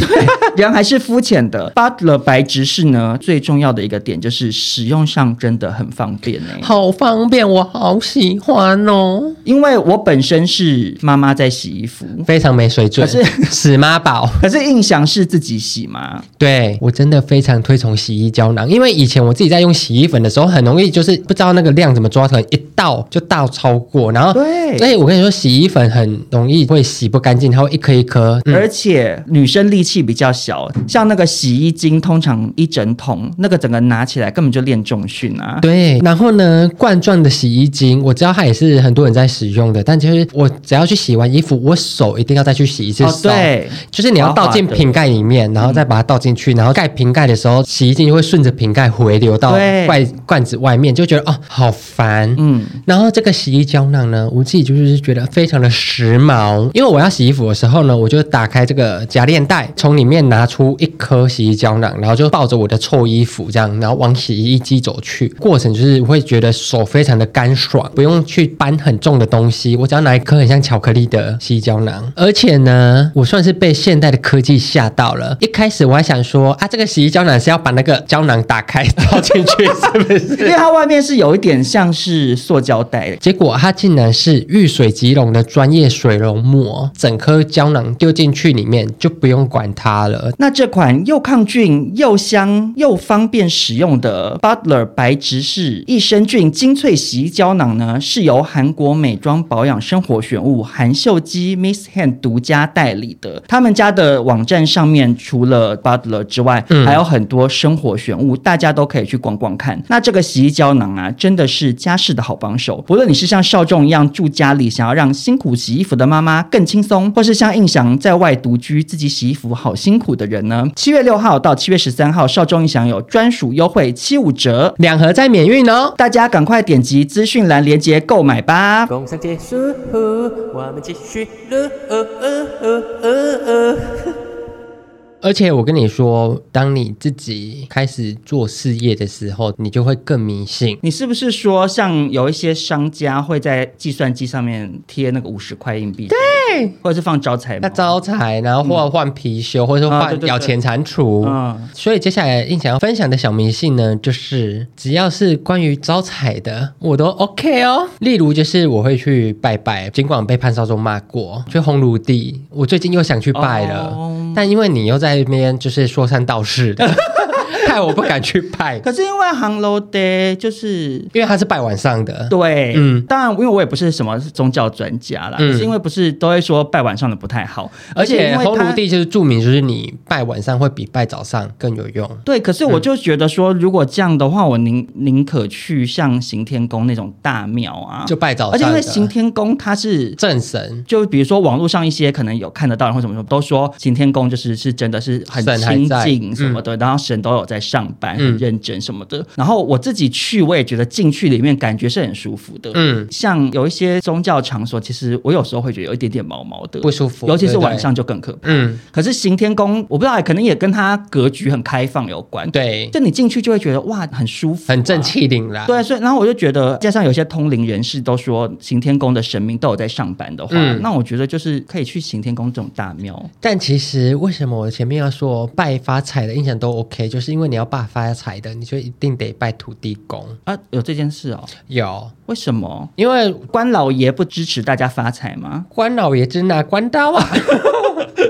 人还是肤浅的。Butler 白执事呢，最重要的一个点就是使用上真的很方便呢、
好方便，我好喜欢哦，
因为我本身是妈妈在洗衣服，
非常没水准，
可是
死妈宝。
可是印象是自己洗嘛，
对我真的非常推崇洗衣胶囊，因为以前我自己在用洗衣粉的时候，很容易就是不知道那个量怎么抓，可能一倒就倒超过，然后
对
所以我跟你说，洗衣粉很容易会洗不干净，它会一颗一颗。嗯
而且女生力气比较小，像那个洗衣精，通常一整桶，那个整个拿起来根本就练重训啊。
对，然后呢，罐状的洗衣精，我知道它也是很多人在使用的，但其实我只要去洗完衣服，我手一定要再去洗一次
哦
手。
对
就是你要
滑滑
倒进
的
瓶盖里面，然后再把它倒进去，然后盖瓶盖的时候，洗衣精就会顺着瓶盖回流到
对
罐罐子外面，就觉得哦，好烦。
嗯，
然后这个洗衣胶囊呢，我自己就是觉得非常的时髦，因为我要洗衣服的时候呢，我就打开这个夹链袋，从里面拿出一颗洗衣胶囊，然后就抱着我的臭衣服这样，然后往洗衣机走去。过程就是会觉得手非常的干爽，不用去搬很重的东西，我只要拿一颗很像巧克力的洗衣胶囊。而且呢，我算是被现代的科技吓到了。一开始我还想说啊，这个洗衣胶囊是要把那个胶囊打开倒进去，是不是？
因为它外面是有一点像是塑胶袋，
结果它竟然是遇水即溶的专业水溶膜，整颗胶囊丢进去里面就不用管它了。
那这款又抗菌、又香、又方便使用的 Butler 白执事益生菌精粹洗衣胶囊呢，是由韩国美妆保养生活选物韩秀姬 Miss Hand 独家代理的。他们家的网站上面除了 Butler 之外，还有很多生活选物，大家都可以去逛逛看。那这个洗衣胶囊啊，真的是家事的好帮手。不论你是像少仲一样住家里，想要让辛苦洗衣服的妈妈更轻松，或是像印翔在外独居自己洗衣服好辛苦的人呢，七月六号到七月十三号，少仲印翔有专属优惠七五折，
两盒再免运哦。
大家赶快点击资讯栏链接购买吧。
工商结束，我们继续录。呃呃呃呃呃
而且我跟你说，当你自己开始做事业的时候，你就会更迷信。
你是不是说像有一些商家会在计算机上面贴那个五十块硬币，对，或者是放招财猫
那？招财，然后或换貔貅，或者是
嗯啊
换
对对对
咬钱蟾蜍。
嗯
所以接下来印象要分享的小迷信呢，就是只要是关于招财的，我都 OK 哦。例如就是我会去拜拜，尽管我被潘少忠骂过，去烘炉地，我最近又想去拜了，
哦
但因为你又在那边就是说三道 四的，害我不敢去拜，
可是因为航楼 day 就是
因为他是拜晚上的。
对，
嗯
嗯，当然，因为我也不是什么宗教专家啦，
嗯
可是因为不是都会说拜晚上的不太好，
而且
因为
烘
它
炉地就是注明，就是你拜晚上会比拜早上更有用。
对，可是我就觉得说，如果这样的话，我宁宁可去像行天宫那种大庙啊，
就拜早上
而且因为
的
行天宫它是。
正神
就比如说网络上一些可能有看得到人或什么什么，都说行天宫就是是真的是很
神还
清
在
净什么的，然后神都有在上班，
嗯
很认真什么的。然后我自己去，我也觉得进去里面感觉是很舒服的。
嗯
像有一些宗教场所，其实我有时候会觉得有一点点毛毛的，
不舒服
尤其是
对不对
晚上就更可怕。
嗯，
可是行天宫，我不知道，可能也跟它格局很开放有关。，
对，
就你进去就会觉得哇，很舒服、啊
很正。气凛然。
对，啊所以然后我就觉得，加上有些通灵人士都说行天宫的神明都有在上班的话，
嗯
那我觉得就是可以去行天宫这种大庙。
但其实为什么我前面要说拜发财的印象都 OK，就是因为你要拜发财的，你就一定得拜土地公。
啊，有这件事哦？
有，
为什么
因为
关老爷不支持大家发财吗？
关老爷只拿关刀 啊。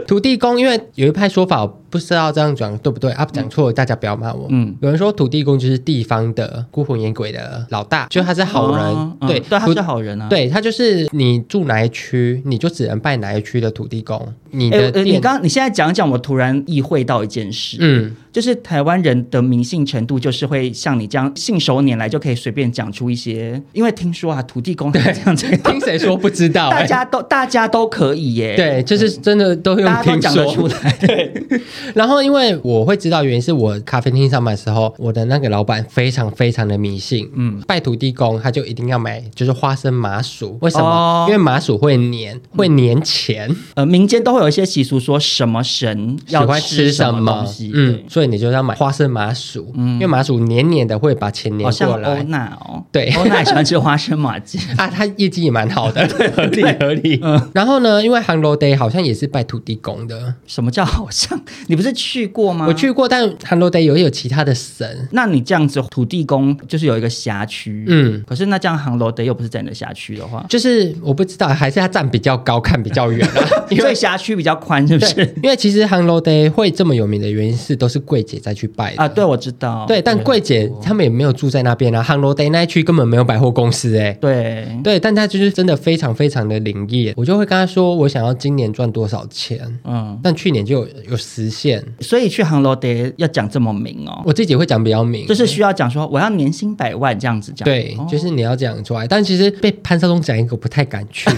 土地公，因为有一派说法，我不知道这样讲对不对啊？讲错了，大家不要骂我。嗯
嗯，
有人说土地公就是地方的孤魂野鬼的老大，就他是好人，
嗯哦嗯
对，
对，他
土
是好人啊。
对他就是你住哪一区，你就只能拜哪一区的土地公。你
哎、
的
呃
店，
你刚你现在讲讲，我突然意会到一件事，
嗯，
就是台湾人的迷信程度，就是会像你这样信手拈来，就可以随便讲出一些。因为听说啊，土地公他这样这样，
听谁说不知 道、
大
哎
家都大家都可以耶，
对，就是真的都
嗯
用
大家都
听
讲得出。
说
来。
然后因为我会知道原因是我咖啡厅上班的时候，我的那个老板非常非常的迷信，嗯，拜土地公他就一定要买就是花生麻薯，为什么？
哦嗯
因为麻薯会粘，会粘钱。
呃，民间都会有一些习俗，说什么神
喜
要
欢吃
什
什么
东西，，
嗯
对，，嗯
所以你就是要买花生麻薯，因为麻薯黏黏的会把钱
好
黏
像
过
欧
来。
娜哦，
对
欧娜也喜欢吃花生麻糬，
啊，他业绩也蛮好 的，合理合理。
嗯
然后呢，因为杭州 day 好像也是拜土地公的，
什么叫好像？你不是去过吗？
我去。过，但杭州 day 有有其他的神，
那你这样子，土地公就是有一个辖区，
嗯
可是那这样杭楼得又不是在你的辖区的话，，
就是我不知道，还是他站比较高，看比较远啊
所以辖区比较宽，是不
对
是？，
因为其实杭州 day 会这么有名的原因是都是柜姐再去拜的
啊，对，我知道，
对，但柜姐他们也没有住在那边啊，杭州 day 那一区根本没有百货公司哎、
对，
对，但他就是真的非常非常的灵验，我就会跟他说我想要今年赚多少钱，
嗯，
但去年就有有实现，
所以去杭楼得要讲这么明哦，
我自己会讲比较明，
就是需要讲说我要年薪百万这样子讲，
对，
哦
就是你要讲出来，但其实被潘少忠讲一个，我不太敢 去。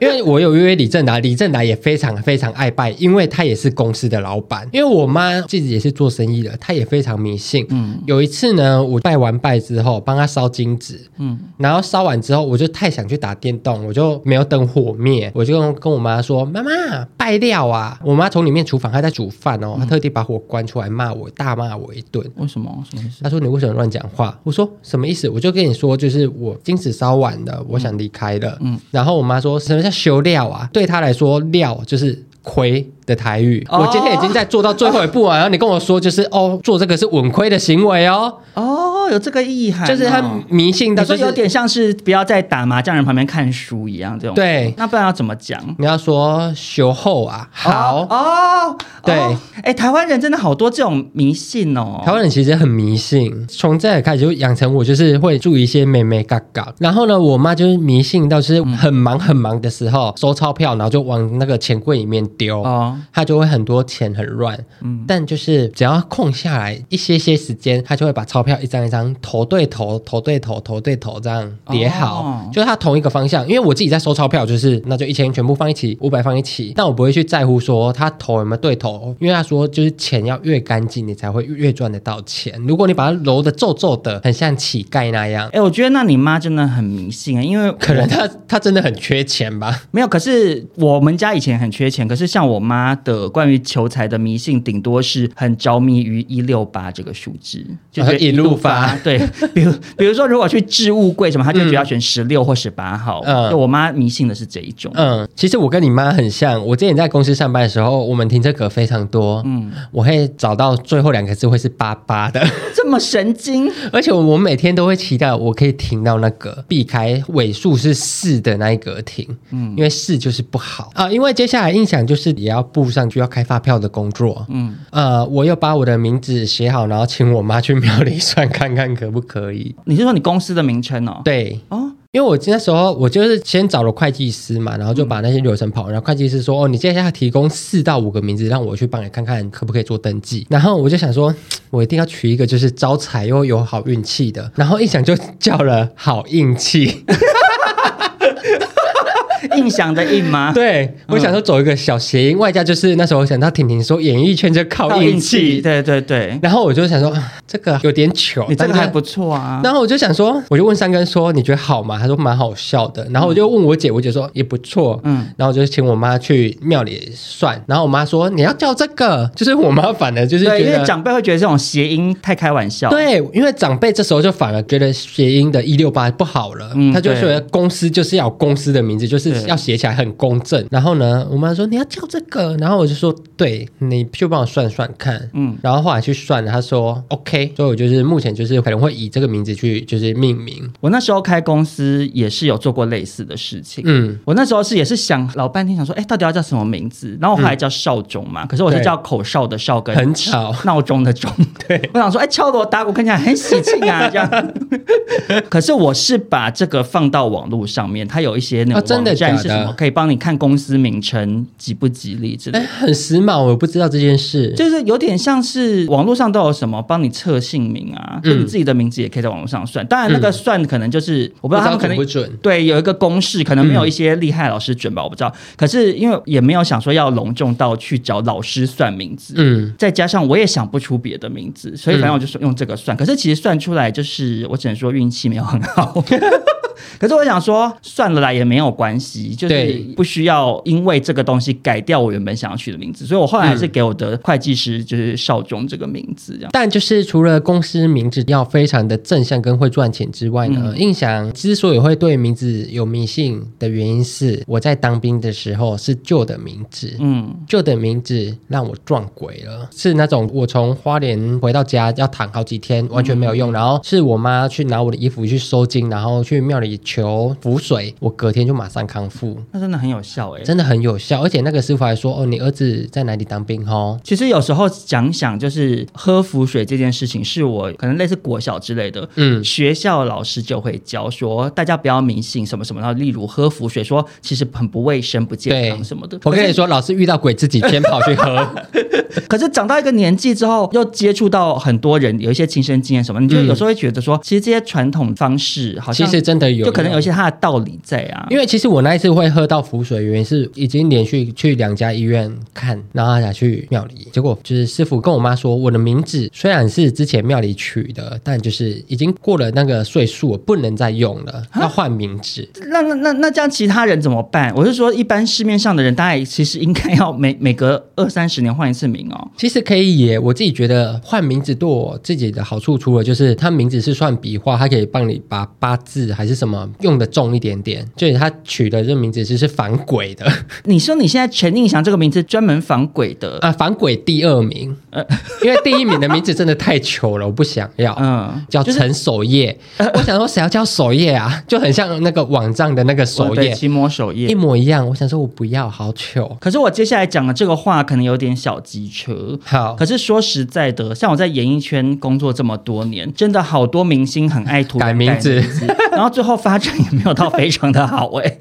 因为我有约李正达，李正达也非常非常爱拜，因为他也是公司的老板。因为我妈自己也是做生意的，她也非常迷信。嗯，有一次呢，我拜完拜之后，帮她烧金纸，嗯，然后烧完之后，我就太想去打电动，我就没有等火灭，我就跟跟我妈说：“妈妈，拜料啊！”我妈从里面厨房她在煮饭
嗯
哦，她特地把火关出来骂我，大骂我一顿。
为什么？什么意思？
他说：“你为什么乱讲话？”我说：“什么意思？”我就跟你说，就是我金子烧完了，我想离开了。嗯，然后我妈说：“什么叫修料啊？”对她来说，料就是。亏的台语，
哦
我今天已经在做到最后一步了。然后你跟我说，就是哦，做这个是吻亏的行为哦，
哦，有这个意涵哦，
就是他迷信到
你
就
说
是
有点像是不要在打麻将人旁边看书一样，这种
对
那不然要怎么讲？
你要说修后啊，好，
哦，
对
哎、诶台湾人真的好多这种迷信哦。
台湾人其实很迷信，从这里开始就养成我就是会注意一些妹妹嘎嘎。然后呢，我妈就是迷信到就是很忙很忙的时候收钞票，然后就往那个钱柜里面丢，
哦
她就会很多钱很乱。但就是只要空下来一些些时间，她就会把钞票一张一张头对头、头对头、头对头这样叠好，
哦
就是它同一个方向。因为我自己在收钞票，就是那就一千全部放一起，五百放一起，但我不会去在乎说它头有没有对头，因为他说就是钱要越干净，你才会越赚得到钱。如果你把它揉的皱皱的，很像乞丐那样，
哎、我觉得那你妈真的很迷信啊，因为
可能他他真的很缺钱吧。
没有。可是我们家以前很缺钱，可是像我妈的关于求财的迷信，顶多是很着迷于一六八这个数字，就
哦
觉得
一路发
对， 比如比如说如果去置物柜什么，她就觉得要选十六或十八号。
嗯
对我妈迷信的是这一种。
嗯，其实我跟你妈很像。我之前在公司上班的时候，我们停车格非常多。嗯，我会找到最后两个字会是八八的，
这么神经，
而且我每天都会期待我可以停到那个避开尾数是四的那一格停。嗯，因为四就是不好啊、因为接下来印象就是也要步上需要开发票的工作。嗯，呃，我又把我的名字写好，然后请我妈去庙里算看看可不可以。
你是说你公司的名称哦？
对，
哦，
因为我那时候我就是先找了会计师嘛，然后就把那些流程
嗯
跑完，然后会计师说：“哦，你接下来提供四到五个名字，让我去帮你看看可不可以做登记。”然后我就想说，我一定要取一个就是招财又有好运气的，然后一想就叫了好运气。
嗯印象的印吗？
对，
嗯
我想说走一个小谐音，外加就是那时候我想到婷婷说演艺圈就靠
靠
运
运
气，
气，对对对，
然后我就想说啊这个有点糗，
你这个
但是
还不错啊。
然后我就想说，我就问三根说你觉得好吗？他说蛮好笑的。然后我就问我姐，我姐说也不错。嗯
嗯，
然后我就请我妈去庙里算。然后我妈说你要叫这个，就是我妈反而就是
对，因
觉
为
得。
长辈会觉得这种谐音太开玩笑。，
对，因为长辈这时候就反而觉得谐音的“一六八”不好了，
嗯
他就觉
对
得公司就是要有公司的名字，就是
对
要写起来很公正。然后呢，我妈说你要叫这个，然后我就说对，你去帮我算算看。嗯
嗯，
然后后来去算了，他说 OK，所以我就是目前就是可能会以这个名字去就是命名。
我那时候开公司也是有做过类似的事情。
嗯，
我那时候是也是想老半天，想说，哎，到底要叫什么名字？然后我后来叫少钟嘛，可是我是
嗯对
叫口哨的哨跟
很吵
闹钟的钟。 对，我想说，哎，敲锣打鼓看起来很喜庆啊， 这样。可是我是把这个放到网络上面，它有一些那
哦
种
真的
网站看是什
假
么，
的
可以帮你看公司名称吉不吉利之类
哎，
的。
很时髦，我不知道这件事。
就是有点像是网络上都有什么帮你测姓名啊，
嗯
就你自己的名字也可以在网络上算。当然，那个算可能就是、我不知道他们可能
不知道准不准
对有一个公式，可能没有一些厉害的老师准吧，我不知道。可是因为也没有想说要隆重到去找老师算名字，
嗯，
再加上我也想不出别的名字，所以反正我就说用这个算。可是其实算出来就是，我只能说运气没有很 好。可是我想说，算了啦，也没有关系，就是
对
不需要因为这个东西改掉我原本想要取的名字，所以我后来
嗯
还是给我的会计师就是少中这个名字这样。
但就是除了公司名字要非常的正向跟会赚钱之外
嗯
呢，印象之所以会对名字有迷信的原因是，我在当兵的时候是旧的名字，
嗯，
旧的名字让我撞鬼了，是那种我从花莲回到家要躺好几天，完全没
嗯
有用。然后是我妈去拿我的衣服去收金，然后去庙里求符水，我隔天就马上康复，
那真的很有效哎、
真的很有效。而且那个师傅还说：“哦，你儿子在哪里当兵哦
其实有时候想想，就是喝符水这件事情，是我可能类似国小之类的，
嗯
学校老师就会教说，大家不要迷信什么什么，然后例如喝符水，说其实很不卫生、不健康
对
什么的？”。
我跟你
可是，
说，老师遇到鬼自己先跑去喝，
可是长到一个年纪之后，又接触到很多人，有一些亲身经验什么，你就
嗯
有时候会觉得说，其实这些传统方式 好
其
像
实真的有，
就可能有一些它的道理在啊。
因为其实我那一次会喝到浮水，原因是已经连续去两家医院看，然后才去庙里。结果就是师傅跟我妈说，我的名字虽然是之前庙里取的，但就是已经过了那个岁数，我不能再用了，要换名字。
那那那那这样其他人怎么办？我是说，一般市面上的人，大概其实应该要每每隔二三十年换一次名哦。
其实可以耶，我自己觉得换名字对我自己的好处，除了就是它名字是算笔画，它可以帮你把八字还是什么用的重一点点，就是它取的这名字其实是反鬼 的
你说你现在陈映祥这个名字专门防鬼的，
啊，反鬼第二名，因为第一名的名字真的太糗了，我不想要。
嗯，
叫
就是
陈守业。我想说，谁要叫守业啊？就很像那个网站的那个
哦
守
对
业，
奇摩首页
一模一样。我想说，我不要，好糗。
可是我接下来讲的这个话可能有点小机车。
好
可，是说实在的，像我在演艺圈工作这么多年，真的好多明星很爱突然
改名字
改名字，然后最后发展也没有到非常的好 哎、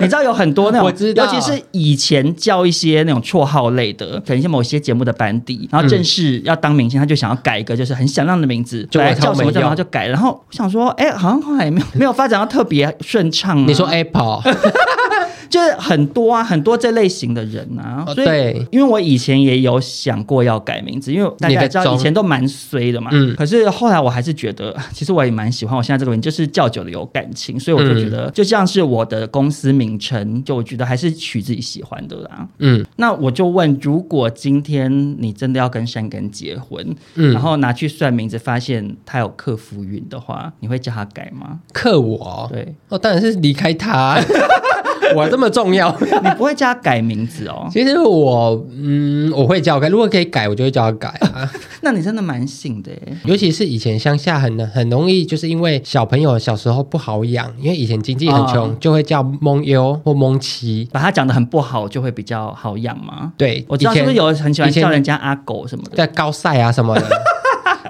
你知道有很多那种，
我知道嗯
尤其是以前叫一些那种绰号类的，可能像某些节目的班底，然后正式要当明星，他就想要改一个就是很响亮的名字，
就
本来
他
叫什么
们
叫什么
用
就改，然后我想说，哎、好像后来也没有没有发展到特别顺畅、啊。
你说 Apple，
就是很多啊，很多这类型的人啊，
哦
所以、
对
因为我以前也有想过要改名字，因为大
你
家
的
也知道
中
以前都蛮衰的嘛，
嗯
可是后来我还是觉得， 其实我也蛮喜欢我现在这个名，就是较久的有感情，所以我就觉得、
嗯
就像是我的公司名称，就我觉得还是取自己喜欢的啦。
嗯，
那我就问，如果今天你真的要跟山根结婚，
嗯
然后拿去算名字，发现他有克服云的话，你会叫他改吗？
克我，
对，
哦，当然是离 开他。我这么重要，？
你不会叫他改名字哦
其实我嗯，我会叫他改，如果可以改，我就会叫他改 啊。
那你真的蛮醒的耶。
尤其是以前乡下很很容易，就是因为小朋友小时候不好养，因为以前经济很穷，
哦
就会叫蒙优或蒙七。
把它讲的很不好，就会比较好养吗？
对，
我知道
以前
是不是有人很喜欢
以前
叫人家阿狗什么的？
在高赛啊什么的。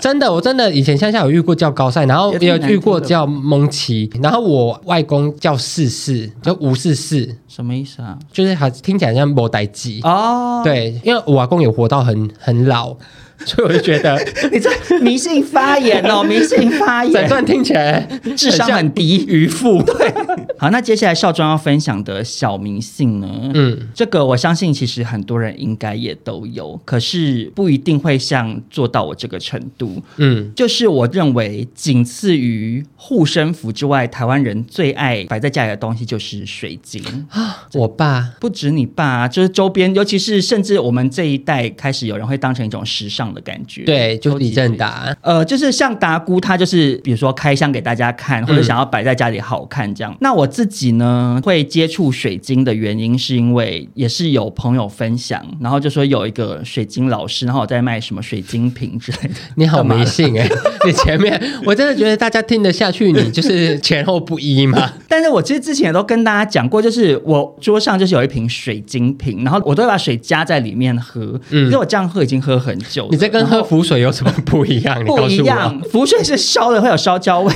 真的，我真的以前乡下有遇过叫高赛，然后
有
也
这
有
么难
遇过
听的
叫蒙奇，然后我外公叫四四，就吴四四，
什么意思啊？
就是好听起来像某代鸡。
哦，
对，因为我外公有活到很很老，所以我就 觉得
你这迷信发言哦，迷信发
整
言，
段听起来
智商
像
很低，渔夫。对，好，那接下来少庄要分享的小迷信呢？
嗯，
这个我相信其实很多人应该也都有，可是不一定会像做到我这个程度。
嗯，
就是我认为仅次于护身符之外，台湾人最爱摆在家里的东西就是水晶。
我爸
不止你爸、啊，就是周边，尤其是甚至我们这一代开始有人会当成一种时尚的感觉。
对，就
收集
李正达，
呃，就是像达姑，她就是比如说开箱给大家看，或者想要摆在家里好看这样。那我自己呢，会接触水晶的原因，是因为也是有朋友分享，然后就说有一个水晶老师，然后有在卖什么水晶瓶之 类的。
你好
干嘛
迷信哎、你前面我真的觉得大家听得下去，你就是前后不 一嘛。
但是我其实之前也都跟大家讲过，就是我桌上就是有一瓶水晶瓶，然后我都会把水加在里面喝。嗯，因为我这样喝已经喝很久了。
你这跟
然后
喝浮水有什么不一样？你告诉我。
不一样，浮水是烧的，会有烧焦味；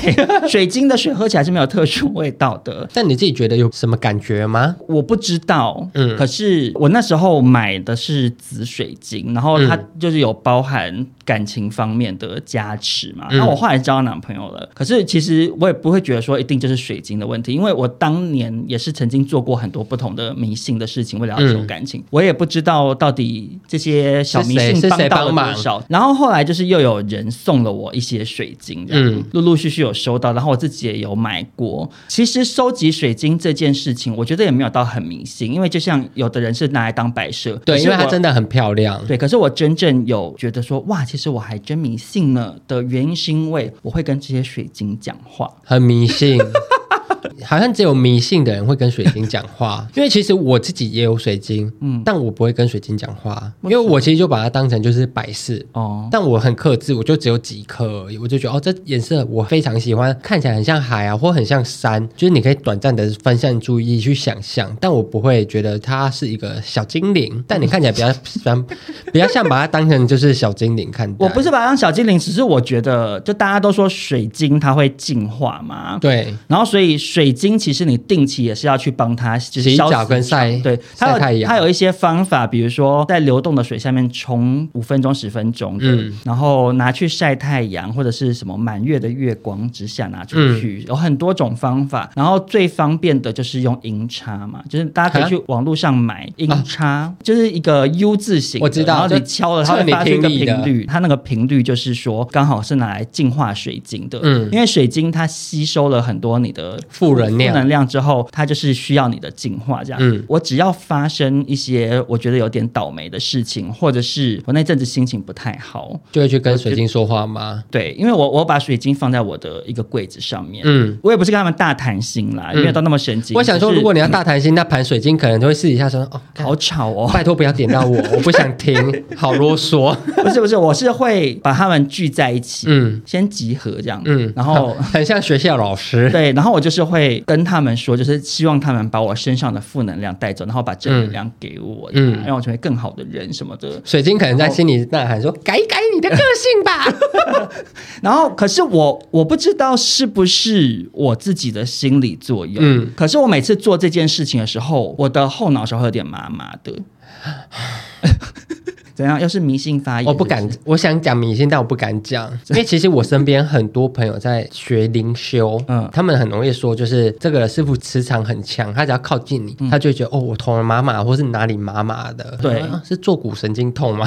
水晶的水喝起来是没有特殊味道的。了。
但你自己觉得有什么感觉吗？
我不知道，
嗯
嗯，可是我那时候买的是紫水晶，然后它
嗯
就是有包含感情方面的加持嘛。
嗯
那、我后来交男朋友了，可是其实我也不会觉得说一定就是水晶的问题，因为我当年也是曾经做过很多不同的迷信的事情，为了要求
嗯
感情，我也不知道到底这些小迷
是谁
信
是
帮
谁
到
帮
了
忙
多少。然后后来就是又有人送了我一些水晶，这样、
嗯
陆陆续续有收到，然后我自己也有买过。其实收集水晶这件事情，我觉得也没有到很迷信，因为就像有的人是拿来当摆设，
对，因为它真
的。
的很漂亮。
对，可是我真正有觉得说，哇，其实我还真迷信呢的原因，是因为我会跟这些水晶讲话。
很迷信。 好像只有迷信的人会跟水晶讲 话，因为其实我自己也有水晶，嗯，但我不会跟水晶讲话，因为我其实就把它当成就是摆饰。
哦，
但我很克制，我就只有几颗而已，我就觉得哦，这颜色我非常喜欢，看起来很像海啊，或很像山，就是你可以短暂的分散注意力去想象，但我不会觉得它是一个小精灵，但你看起来比较 像，比较像把它当成就是小精灵看待。
我不是把它当小精灵，只是我觉得，就大家都说水晶它会净化嘛，
对，
然后，所以水晶其实你定期也是要去帮它就是
洗
消
脚
磁
跟
场
晒
对，它
晒
有
太阳
它有一些方法，比如说在流动的水下面冲五分钟、十分钟的，
嗯
然后拿去晒太阳或者是什么满月的月光之下拿出
嗯
去，有很多种方法。然后最方便的就是用音叉嘛，就是大家可
啊
以去网络上买音叉，就是一个 U 字形的，
我知道
然后你
就
敲了它
测
会
你
发出一个
听力的
频率。它那个频率就是说刚好是拿来净化水晶的，
嗯
因为水晶它吸收了很多你的
负能量
负能量之后，它就是需要你的净化这样。
嗯
我只要发生一些我觉得有点倒霉的事情，或者是我那阵子心情不太好。
就会去跟水晶说话吗？
对，因为我我把水晶放在我的一个柜子上面，
嗯。
我也不是跟他们大谈心啦，
嗯
没有到那么神经。
我想说，
就是
如果你要大谈 心，那盘水晶可能就会试一下说，哦，
好吵哦，
拜托不要点到我，我不想听，好啰嗦。
不是不是，我是会把他们聚在一起，
嗯
先集合这样，
嗯，
然后
很像学校老 师。
对，然后我就是会跟他们说，就是希望他们把我身上的负能量带走，然后把正能量给我，
嗯
嗯、让我成为更好的人什么的。
水晶可能在心里呐喊说：“改一改你的个性吧。
然后，可是我我不知道是不是我自己的心理作用，
嗯
嗯，可是我每次做这件事情的时候，我的后脑勺会有点麻麻的。 怎样？又是迷信 发”言？
哦我不敢
哎是是，
我想讲迷信，但我不敢 讲，因为其实我身边很多朋友在学灵修，
嗯
他们很容易说，就是这个师傅磁场很强，他只要靠近你，他就会觉得哦，我头麻麻，或是哪里麻麻的。
嗯对
啊是坐骨神经痛吗？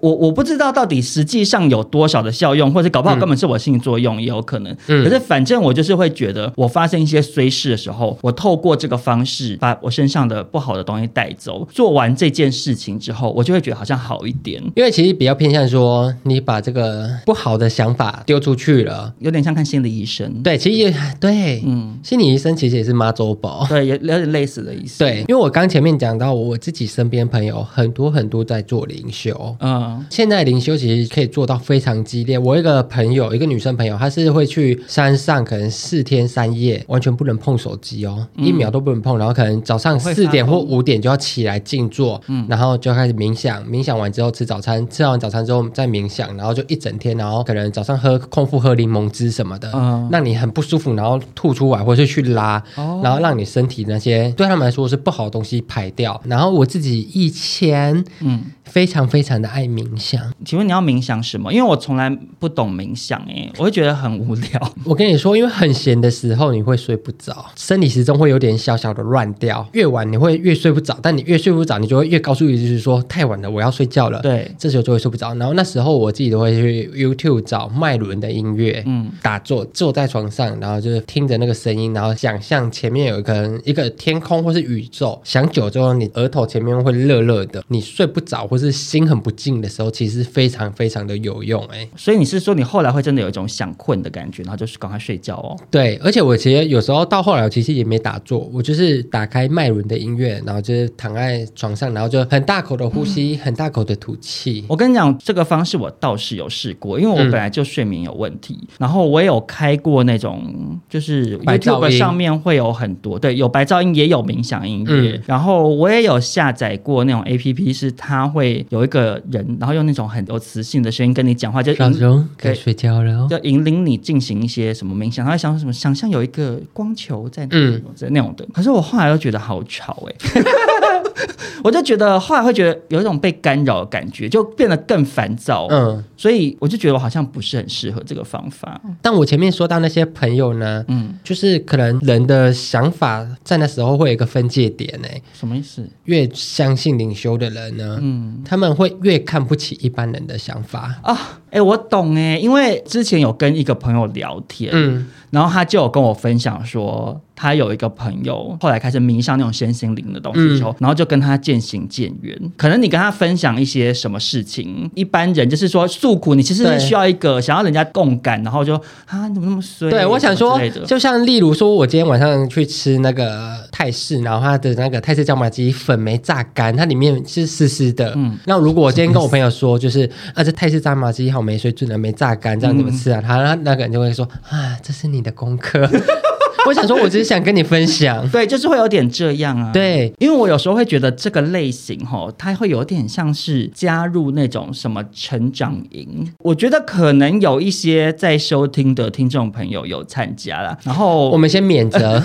我我不知道到底实际上有多少的效用，或者搞不好根本是我心理作用也有可能。
嗯
可是反正我就是会觉得，我发生一些衰事的时候，我透过这个方式把我身上的不好的东西带走。做完这件事情之后，我就会觉得好像好一点，
因为其实比较偏向说，你把这个不好的想法丢出去了。
有点像看心理医生。
对，其实也对，嗯
嗯，
心理医生其实也是妈周宝。
对，也有点类似的意思。
对，因，为我刚前面讲到，我自己身边朋友很多很多在做灵修。
嗯
现在灵修其实可以做到非常激烈。我有一个朋友，一个女生朋友，她是会去山上，可能四天三夜完全不能碰手机哦，一秒都不能碰。然后可能早上
嗯会
四点
发嗯
或
疯
五点就要起来静坐，然后就开始冥想。冥想完之后吃早餐，吃完早餐之后再冥想，然后就一整天。然后可能早上喝空腹喝柠檬汁什么的，
嗯
让你很不舒服，然后吐出来或是去拉，
哦
然后让你身体那些对他们来说是不好的东西排掉。然后我自己以前
嗯，
非常非常的爱冥想。
请问你要冥想什么？因为我从来不懂冥想、诶，我会觉得很无聊。
我跟你说，因为很闲的时候你会睡不着，生理时钟会有点小小的乱掉。越晚你会越睡不着，但你越睡不着，你就会越告诉自己说太晚了，我要睡觉了。
对
这时候就会睡不着。然后那时候我自己都会去 YouTube 找麦伦的音乐，嗯
嗯，
打坐坐在床上，然后就是听着那个声音，然后想象前面有一个一个天空或是宇宙。想久之后，你额头前面会热热的。你睡不着或是心很不静的时候，其实非常非常的有用、欸。哎，
所以你是说你后来会真的有一种想困的感觉，然后就是赶快睡觉哦？
对，而且我其实有时候到后来，我其实也没打坐，我就是打开麦伦的音乐，然后就是躺在床上，然后就很大口的呼吸，
嗯
很大口的吐气。
我跟你讲，这个方式我倒是有试过，因为我
嗯
本来就睡眠有问题，然后我也有开过那种，就是
白噪
YouTube
音
上面会有很多，对，有白噪音，也有冥想音乐，
嗯
然后我也有下载过那种 A P P，是它会有一个人，然后用那种很有磁性的声音跟你讲话，就
小
引
熊该
对
睡觉了哦。
就引领你进行一些什么冥想，他会想什么想象有一个光球在那
嗯
里、这那种的。可是我后来又觉得好吵哎、欸 我就觉得后来会觉得有一种被干扰的感觉，就变得更烦躁。
嗯，
所以我就觉得我好像不是很适合这个方法。
但我前面说到那些朋友呢，
嗯，
就是可能人的想法在那时候会有一个分界点诶、
什么意思？
越相信领袖的人呢，
嗯
他们会越看不起一般人的想法。
啊，哎、我懂哎、因为之前有跟一个朋友聊天，
嗯，
然后他就有跟我分享说，他有一个朋友后来开始迷上那种身心灵的东西
嗯
之后，然后就跟他渐行渐远。可能你跟他分享一些什么事情，一般人就是说诉苦，你其实
对
是需要一个想要人家共感，然后就啊你怎么那么衰？
对，我想说
什么之类，的
就像例如说，我今天晚上去吃那个泰式，然后它的那个泰式椒麻鸡粉没榨干，它里面是湿湿的。嗯，那如果我今天跟我朋友说，就是啊，这泰式椒麻鸡好没水准的，没榨干，这样怎么
嗯
吃啊？他他那个人就会说啊，这是你的功课。 我想说，我只是想跟你 分享。
对，就是会有点这样啊。。
对，
因为我有时候会觉得这个类型吼，它会有点像是加入那种什么成长营，我觉得可能有一些在收听的听众朋友有参加啦。然后
我们先 免责。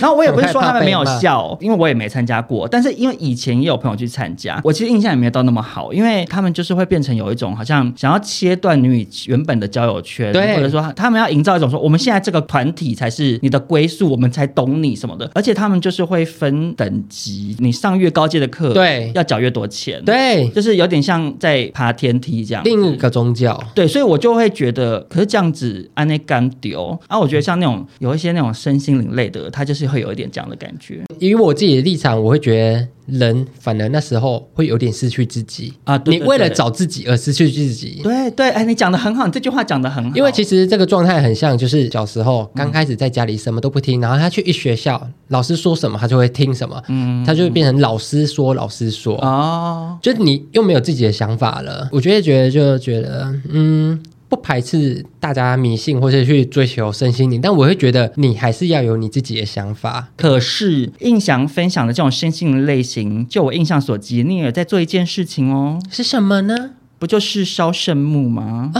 然后我也不是说他们没有笑，因为我也没参加过。但是因为以前也有朋友去参加，我其实印象也没有到那么好，因为他们就是会变成有一种好像想要切断女原本的交友圈，
对
或者说他们要营造一种说我们现在这个团体才是你的归宿，我们才懂你什么的。而且他们就是会分等级，你上越高阶的课，
对
要缴越多钱，，
对，
就是有点像在爬天梯这样。
另一个宗教。
对，所以我就会觉得，可是这样子安内干丢啊，我觉得像那种有一些那种身心灵类的，他就是会有一点这样的感觉
以我自己的立场，我会觉得人反而那时候会有点失去自己
啊对对
你为了
对
找自己而失去自己。
对对，哎，你讲的很好，你这句话讲的很好，
因为其
实
实这个状态很像，就是小时候刚开始在家里什么都不
嗯
听，然后他去一学校，老师说什么他就会听什么，嗯，他就会变成老师说老师说，
哦，
就是你又没有自己的想法了。我觉得觉得就觉得，嗯，不排斥大家迷信或是去追求身心灵，但我会觉得你还是要有你自己的想法。
可是印象分享的这种身心灵类型，就我印象所及，你也有在做一件事情哦，
是什么呢？
不就是烧圣木吗？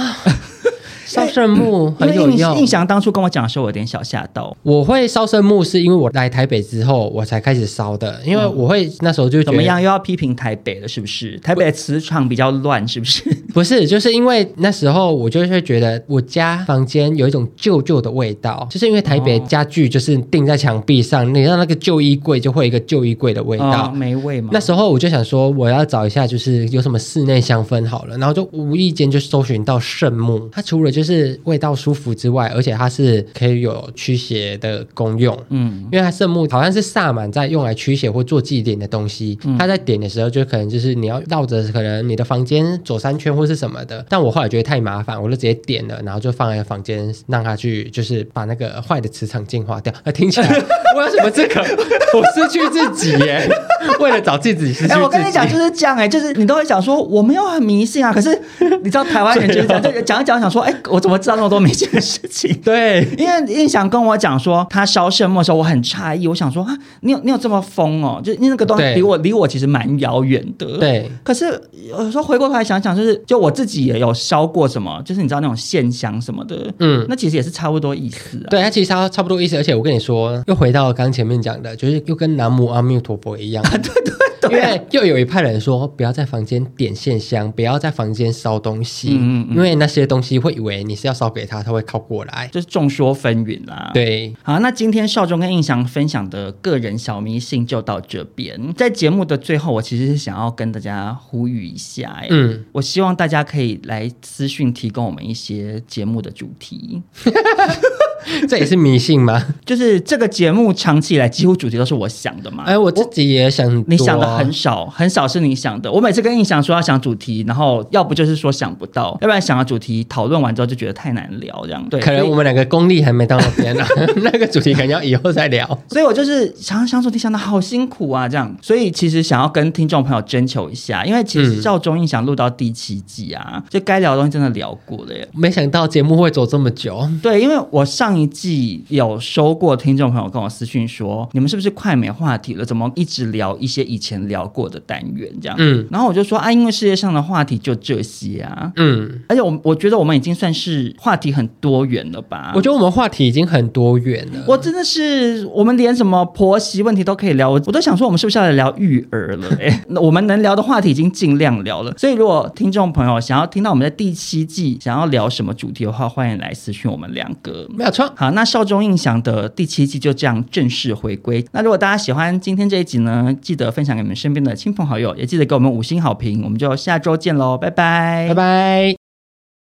烧圣木啊很
因
有
为印
用。
印象当初跟我讲的时候，我有点小吓到，
我会烧圣木是因为我来台北之后我才开始烧的，因为我会那时候就觉
嗯怎
得
么样又要批评台北了，是不是？台北的磁场比较乱，是不是？
不是，就是因为那时候我就会觉得我家房间有一种旧旧的味道，就是因为台北家具就是钉在墙壁上，你让那个旧衣柜就会有一个旧衣柜的味
啊，
道。
没味嘛。
那时候我就想说，我要找一下，就是有什么室内香氛好了，然后就无意间就搜寻到圣木，它除了就是味道舒服之外，而且它是可以有驱邪的功用。
嗯，
因为它圣木好像是萨满在用来驱邪或做祭典的东西，它在点的时候就可能就是你要绕着可能你的房间走三圈或是什么的，但我后来觉得太麻烦，我就直接点了，然后就放在房间让它去就是把那个坏的磁场净化掉。 啊，听起来我有什么资格？我失去自己耶，为了找自己失去自己。
哎、我跟你讲就是这样哎、就是你都会想说我没有很迷信啊，可是你知道台湾人就是 这样，
啊
就讲一讲想说，哎、我怎么知道那么多迷信的事情？
对，
因为印象跟我讲说他烧圣木的时候，我很诧异，我想说啊，你有你有这么疯哦？就因为那个东西
对
离我离我其实蛮遥远的。
对。
可是有时候回过头来想想，就是就我自己也有烧过什么，就是你知道那种线香什么的，
嗯
那其实也是差不多意思啊。
对，它其实差差不多意思，而且我跟你说，又回到刚前面讲的，就是又跟南无阿弥陀佛一样，
对
因
对啊
为又有一派人说，不要在房间点线香，不要在房间烧东西，
嗯嗯嗯
因为那些东西会以为你是要烧给他，他会靠过来。
就是众说纷纭啦。。
对，
好，那今天少中跟印翔分享的个人小迷信就到这边。在节目的最后，我其实是想要跟大家呼吁一下、欸，
嗯，
我希望大家可以来私讯提供我们一些节目的主题，
这也是迷信吗？
就是这个节目长期以来几乎主题都是啊我想的嘛。
哎，啊我自己也想很多，
你想的很少，很少是你想的。我每次跟印翔说要想主题，然后要不就是说想不到，要不然想了主题讨论完之后就觉得太难聊，这样对。
可
所
能
以
我们两个功力还没到那 边呢、 那个主题可能要以后再聊。
所以我就是想想主题想的好辛苦啊，这样，所以其实想要跟听众朋友征求一下，因为其实
嗯
赵忠印想录到第七季啊，就该聊的东西真的聊过了耶。
没想到节目会走这么久，
对，因为我上一季有收过听众朋友跟我私讯说，你们是不是快没话题了？怎么一直聊一些以前聊过的单元这样？
嗯
然后我就说啊，因为世界上的话题就这些啊，
嗯，
而且我我觉得我们已经算是话题很多元了吧。
我觉得我们话题已经很多元了。
啊我真的是，我们连什么婆媳问题都可以聊，我我都想说，我们是不是要来聊育儿了、欸？那我们能聊的话题已经尽量聊了，所以如果听众朋友想要听到我们在第七季想要聊什么主题的话，欢迎来私讯我们两个。
没有错，
好，那少中印象的第七季就这样正式回归。那如果大家喜欢今天这一集呢，记得分享给你们身边的亲朋好友，也记得给我们五星好评。我们就下周见喽，拜拜，
拜。拜。